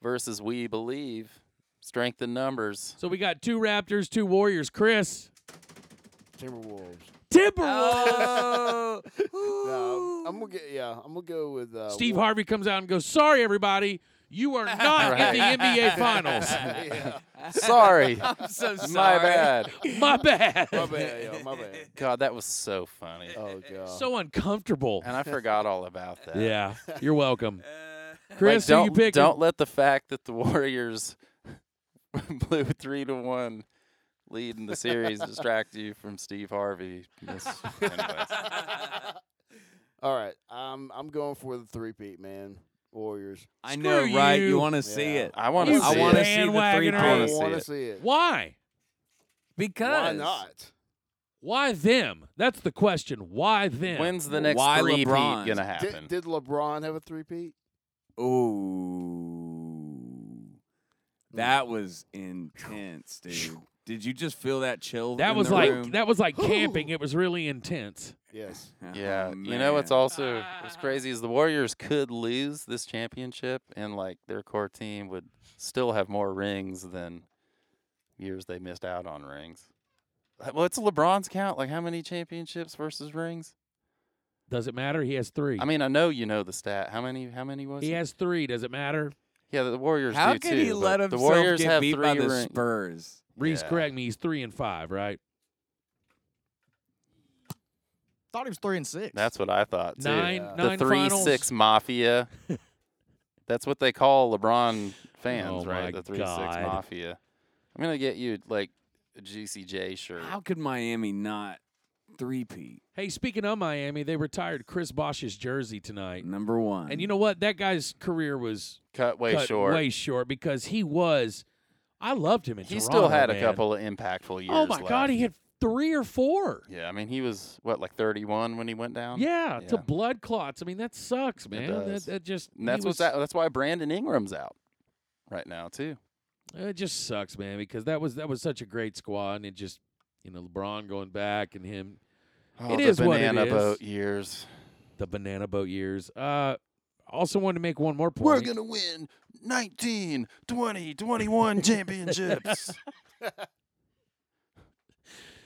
versus we believe. Strength in numbers.
So we got two Raptors, two Warriors. Chris,
Timberwolves.
Timberwolves.
No, I'm gonna get. Yeah, I'm gonna go with uh,
Steve
Wa-
Harvey comes out and goes, "Sorry, everybody, you are not in the NBA Finals.
yeah,
Sorry.
I'm so
My bad.
My bad."
my bad. Yeah, my bad.
God, that was so funny.
Oh god.
So uncomfortable.
And I forgot all about that. Like,
Yeah, you're welcome, Chris.
don't,
who you pick?
don't let the fact that the Warriors blew a three to one lead in the series distract you from Steve Harvey. Miss- anyways.
All right, I'm I'm going for the three peat man. Warriors.
I
Screw
know, right?
you.
You want to see
Yeah.
it
I want
You
to
I
see
want to
it.
see the three
bandwagoner.
I
wanna
points
see
want to
it.
see it.
Why?
because
Why not?
Why them? That's the question. Why them?
When's the next
Why
three
LeBron?
gonna
Did,
happen?
did LeBron have a three peat?
Ooh, that was intense, dude. Did you just feel that chill?
that
in
was
the
like
room?
that was like camping. It was really intense.
Yes.
Yeah,
Oh,
you know what's
man.
also what's crazy is the Warriors could lose this championship, and like their core team would still have more rings than years they missed out on rings. Uh, What's LeBron's count? Like how many championships versus rings?
Does it matter? He has three.
I mean, I know you know the stat. How many? How many was?
he
it?
has three. Does it matter?
Yeah, the Warriors.
How
do
could
too,
he
but
let
the
himself
Warriors
get
have
beat
three
by the
ring-
Spurs?
Reese,
Yeah.
correct me. He's three and five, right?
Thought he was three and six.
That's what I thought too.
Nine,
Yeah.
the
nine
three
finals.
six mafia. That's what they call LeBron
Oh
fans,
my
right? The three
God.
six mafia. I'm gonna get you like a GCJ shirt.
How could Miami not three peat
Hey, speaking of Miami, they retired Chris Bosch's jersey tonight.
number one?
And you know what? That guy's career was
Cut way
cut
short.
way short because he was. I loved him in
he
Toronto,
still had
man.
a couple of impactful years.
Oh my God,
left.
he had three or four.
Yeah, I mean he was what like 31 when he went down.
Yeah, to
Yeah.
blood clots. I mean, that sucks, man.
does.
That, that just he
and that's what's
was-
out, that's why Brandon Ingram's out right now too.
uh, It just sucks, man, because that was that was such a great squad, and it just you know LeBron going back and him
Oh,
It
the
is what it
banana
is.
boat years.
the banana boat years. Uh, Also, wanted to make one more point.
We're going to win 19, 20, 21 championships.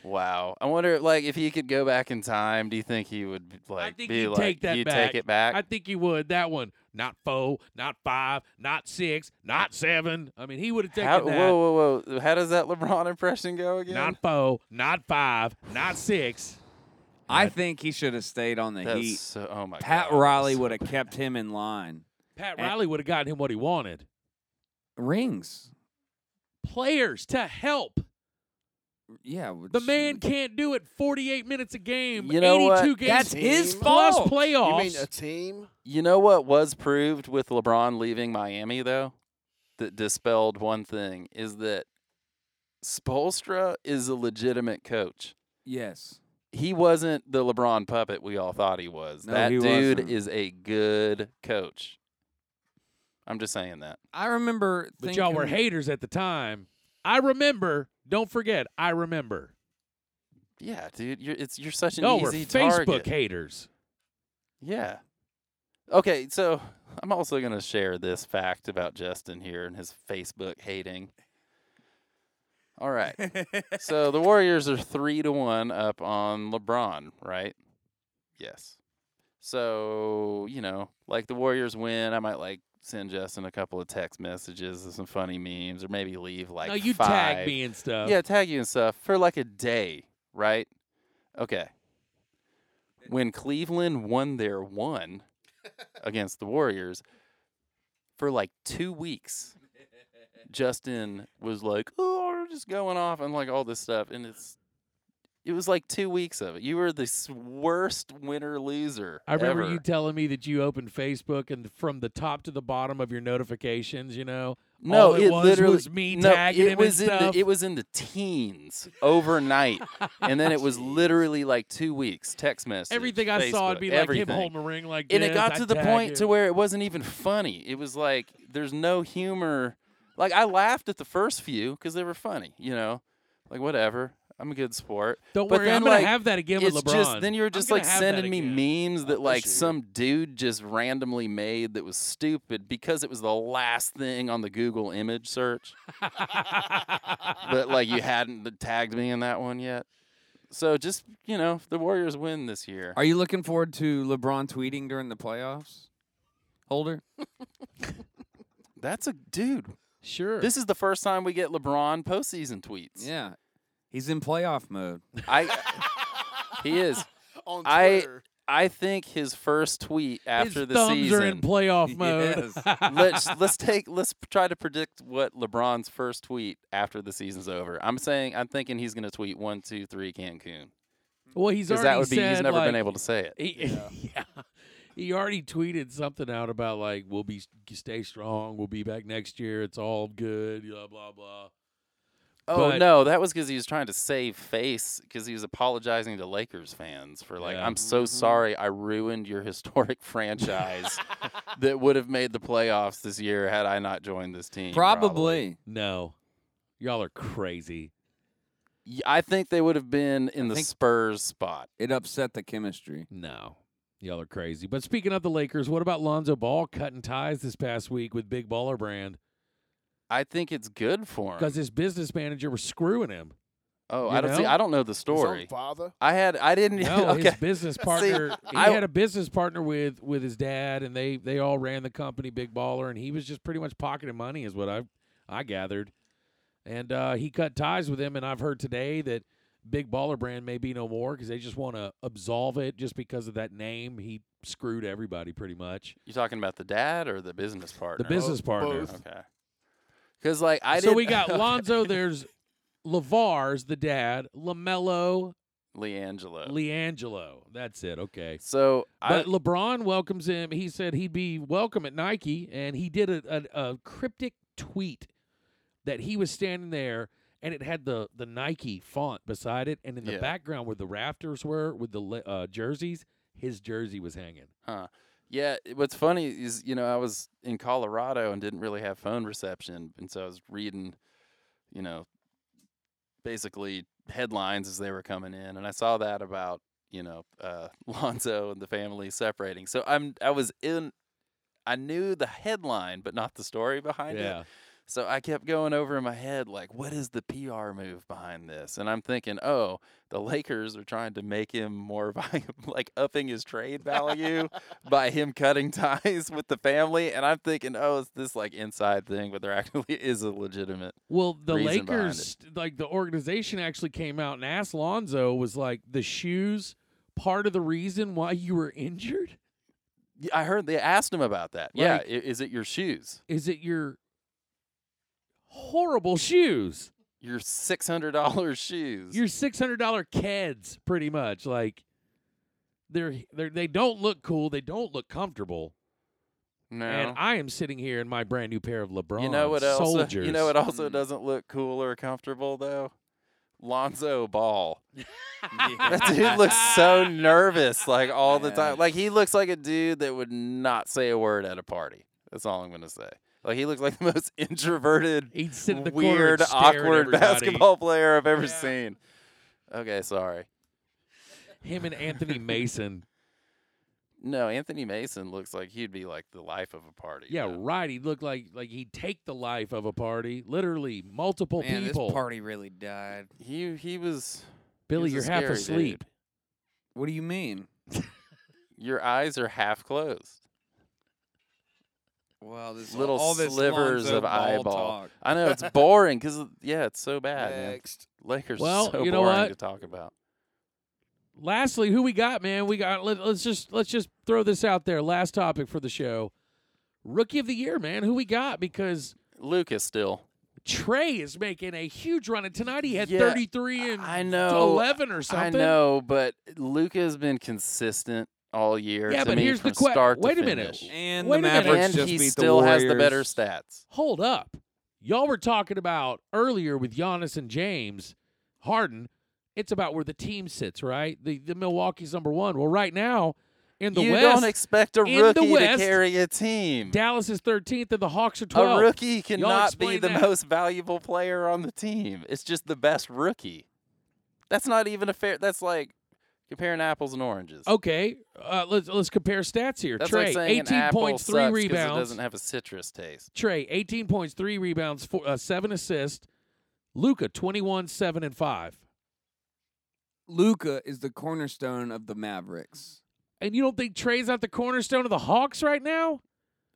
wow. I wonder like if he could go back in time, do you think he would like
think
be
he'd
like
take that
you
back.
take it back?
I think he would. That one, not four, not five, not six, not seven. I mean, he would have taken
How,
that.
whoa, whoa, whoa. How does that LeBron impression go again?
Not four, not five, not six.
I think he should have stayed on the
That's
Heat.
so, oh my
Pat
God,
Riley
that's-
would have kept him in line.
Pat
And-
Riley would have gotten him what he wanted.
Rings.
Players to help.
Yeah.
The
which-
man can't do it 48 minutes a game,
You know what?
82 games
That's his
Team.
plus
fault.
You
playoffs.
mean a team?
You know what was proved with LeBron leaving Miami though? That dispelled one thing is that Spolstra is a legitimate coach.
Yes.
He wasn't the LeBron puppet we all thought he was.
No,
that
he
dude
wasn't.
is a good coach. I'm just saying that.
I remember.
but y'all were
thinking-
haters at the time. I remember. Don't forget, I remember.
Yeah, dude, you're it's you're such an
Y'all were
easy
Facebook
target.
haters.
Yeah. Okay, so I'm also going to share this fact about Justin here and his Facebook hating. All right. so the Warriors are 3 to 1 up on LeBron, right? Yes. So, you know, like the Warriors win, I might like send Justin a couple of text messages and some funny memes or maybe leave like
no, you
five-
tag me and stuff.
yeah, tag you and stuff for like a day, right? Okay. When Cleveland won their one against the Warriors for like two weeks, Justin was like, "Oh, we're just going off," and like all this stuff, and it's it was like two weeks of it. You were the s- worst winner loser.
I remember
ever.
you telling me that you opened Facebook and from the top to the bottom of your notifications, you know,
No,
all it, was
literally
was me
no,
tagging
it
him
was
and
in
stuff.
The, it was in the teens overnight, and then it was literally like two weeks text message.
everything I saw would
Facebook,
be like
everything.
him holding a ring like
and
this.
it got
I'd
to the
tag
point to
him.
where it wasn't even funny. It was like there's no humor. Like I laughed at the first few because they were funny, you know, like whatever. I'm a good sport.
Don't
but
worry,
then,
I'm gonna
like,
have that again with
It's
LeBron.
just then you were
I'm
just
gonna
like
have that
sending
again.
me memes that
Oh,
like
sure.
some dude just randomly made that was stupid because it was the last thing on the Google image search. but like you hadn't tagged me in that one yet. So just you know, if the Warriors win this year.
Are you looking forward to LeBron tweeting during the playoffs? Holder?
That's a dude.
Sure.
This is the first time we get LeBron postseason tweets.
Yeah. He's in playoff mode.
I he is.
On
I-
Twitter.
I think his first tweet
His
after the
thumbs
season.
are in playoff mode.
let's let's take let's try to predict what LeBron's first tweet after the season's over. I'm saying I'm thinking he's gonna tweet one two three Cancun
well, he's
because
already
that would be
said,
he's never
like,
been able to say it.
He, yeah. He already tweeted something out about like we'll be stay strong, we'll be back next year. It's all good, blah blah blah.
Oh
but-
no, that was because he was trying to save face because he was apologizing to Lakers fans for like
Yeah.
I'm so sorry I ruined your historic franchise that would have made the playoffs this year had I not joined this team.
Probably.
No, y'all are crazy.
Y- I think they would have been in the
think-
Spurs spot.
It upset the chemistry.
No. Y'all are crazy. But speaking of the Lakers, what about Lonzo Ball cutting ties this past week with Big Baller Brand
I think it's good for him.
because his business manager was screwing him?
Oh,
you
I don't see.
know?
I don't know the
His own
story.
father.
I had. I didn't. e,
No,
okay.
his business partner. he
I-
had a business partner with with his dad, and they they all ran the company Big Baller, and he was just pretty much pocketing money, is what I I gathered. And uh, he cut ties with him, and I've heard today that Big Baller Brand may be no more because they just want to absolve it just because of that name. He screwed everybody pretty much.
You talking about the dad or the business partner?
The business partner.
both.
Okay. Because like I
so
did.
we got Lonzo. There's Lavar's the dad, Lamelo,
Leangelo.
Leangelo. That's it. Okay.
so I.
But LeBron welcomes him. He said he'd be welcome at Nike, and he did a, a, a cryptic tweet that he was standing there, and it had the the Nike font beside it, and in the
Yeah.
background where the rafters were with the le- uh, jerseys, his jersey was hanging.
Yeah, it- what's funny is, you know, I was in Colorado and didn't really have phone reception. And so I was reading, you know, basically headlines as they were coming in. And I saw that about, you know, uh, Lonzo and the family separating. So I'm, I was in, I knew the headline, but not the story behind it.
yeah.
So I kept going over in my head, like, what is the PR move behind this? And I'm thinking, oh, the Lakers are trying to make him more, vi- like, upping his trade value by him cutting ties with the family. And I'm thinking, oh, it's this, like, inside thing, but there actually is a legitimate.
Well, the
reason behind
Lakers, like the organization, actually came out and asked Lonzo, was like the shoes part of the reason why you were injured?
Y- I heard they asked him about that. yeah.
Like-
i- Is it your shoes?
Is it your horrible shoes?
Your $600 shoes?
Your six hundred dollar keds, pretty much. Like they're they are they don't look cool. They don't look comfortable.
no.
And I am sitting here in my brand new pair of LeBron
You know what else? uh,
soldiers. Hmm.
You know what also
Mm.
doesn't look cool or comfortable though? Lonzo Ball. That dude looks so nervous like all the time. Like he looks like a dude that would not say a word at a party. That's all I'm gonna say. Like he looks like the most introverted,
He'd sit in the corner and
weird,
stare at
awkward
everybody.
basketball player I've ever seen. Okay, sorry.
Him and Anthony Mason.
No, Anthony Mason looks like he'd be like the life of a party.
Yeah,
though.
right. He looked like like he'd take the life of a party. Literally, multiple
Man,
people.
this party really died.
He he was
Billy,
is a
you're half
scary dude.
asleep.
What do you mean?
your eyes are half closed.
Wow, this
Little
all this
slivers
Lonzo
of
Ball
eyeball.
talk.
I know it's boring because yeah, it's so bad. man.
Next.
Lakers
Well,
so
you know
boring
what?
to talk about.
lastly, who we got, man? We got let, let's just let's just throw this out there. Last topic for the show. Rookie of the year, man. Who we got? Because
Lucas still.
Trey is making a huge run, and tonight he had
Yeah,
33 and
I
to
know.
11 or
I
something.
know, but Luca has been consistent all year.
Yeah,
to
but
me
here's the
from
que-
start to
wait a minute.
finish.
And
Wait a
the
minute.
Mavericks
And
just
he
beat
still
the
has the better
Warriors.
stats.
Hold up, y'all were talking about earlier with Giannis and James Harden. It's about where the team sits, right? The the Milwaukee's number one. Well, right now in the
you
West,
don't expect a
in the
rookie
West,
to carry a team.
Dallas is 13th, and the Hawks are 12th.
A rookie cannot be
explain
the
that.
most valuable player on the team. It's just the best rookie. That's not even a fair. That's like comparing apples and oranges.
Okay, uh, let's let's compare stats here.
That's
Trey,
like saying an
18
apple
points, three
sucks 'cause It
rebounds.
doesn't have a citrus taste.
Trey, 18 points, three rebounds, four, uh, seven assists. Luca, 21, seven and five.
Luca is the cornerstone of the Mavericks.
And you don't think Trey's not the cornerstone of the Hawks right now?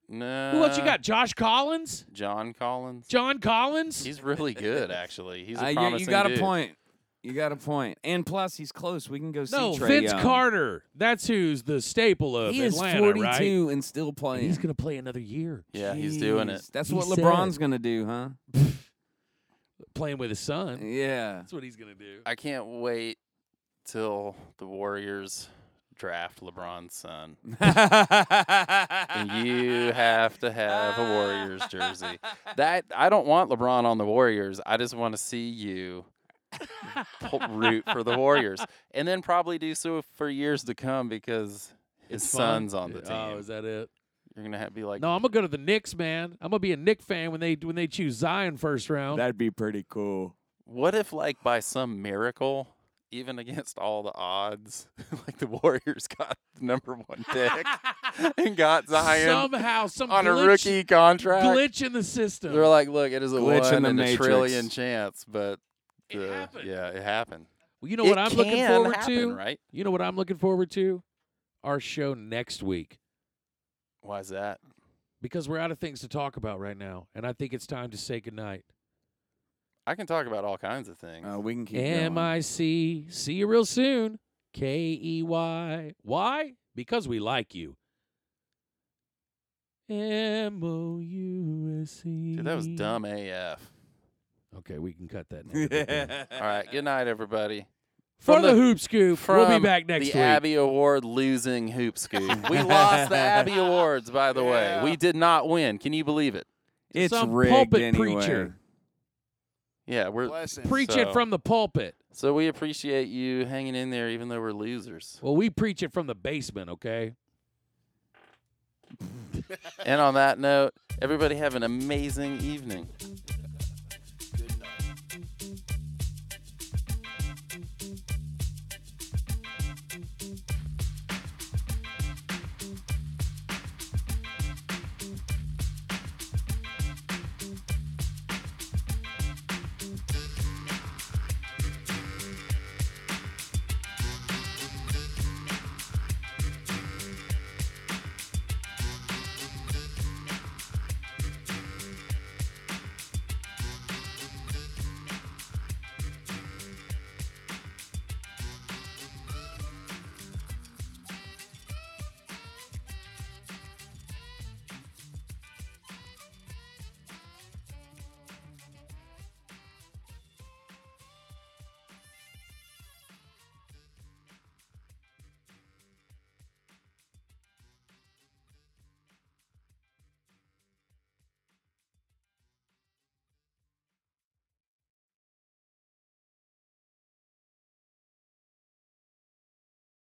No.
Who else you got? Josh Collins,
John Collins.
John Collins.
He's really good, actually. He's a
Uh, yeah,
promising
you got
dude.
a point. You got a point. And plus, he's close. We can go
no,
see Trae
Vince
Young.
Carter. That's who's the staple of
He is
Atlanta,
42
right?
and still
And
playing.
He's gonna play another year,
Yeah, he's doing it.
Jeez, That's
He
what
said.
LeBron's gonna do, huh?
playing with his son.
Yeah.
That's what he's gonna do.
I can't wait till the Warriors draft LeBron's son. And you have to have a Warriors jersey. That I don't want LeBron on the Warriors. I just want to see you pu- root for the Warriors, and then probably do so for years to come because his
It's fun.
son's on the team.
Oh, is that it?
You're gonna have, be like,
No, I'm gonna go to the Knicks, man. I'm gonna be a Knicks fan when they when they choose Zion first round.
That'd be pretty cool.
What if, like, by some miracle, even against all the odds, like the Warriors got the number one pick and got Zion
Somehow, some
on a
glitch,
rookie contract?
glitch in the system.
They're like, look, it is a
Glitch
one
in the
in a
matrix.
trillion chance, but
It
the-
happened.
yeah, it happened.
Well, you know what
It
I'm looking
can
forward
happen,
to?
right?
You know what I'm looking forward to? Our show next week
Why is that?
because we're out of things to talk about right now, and I think it's time to say goodnight.
I can talk about all kinds of things.
Uh, we can keep
M
going.
I C. See you real soon. K E Y. Why? Because we like you. M O U S E.
Dude, that was dumb AF.
Okay, we can cut that. now that we're done.
All right, good night, everybody.
For
From
the,
the-
hoop scoop, we'll be
From
back next
the
week.
Abbey Award losing hoop scoop. we lost the Abbey Awards, by the
Yeah.
way. We did not win. Can you believe it?
It's
Some
rigged
pulpit
anyway.
preacher.
Yeah, we're
Bless him.
Preach it
So-
from the pulpit.
so we appreciate you hanging in there, even though we're losers.
Well, we preach it from the basement, okay?
And on that note, everybody have an amazing evening.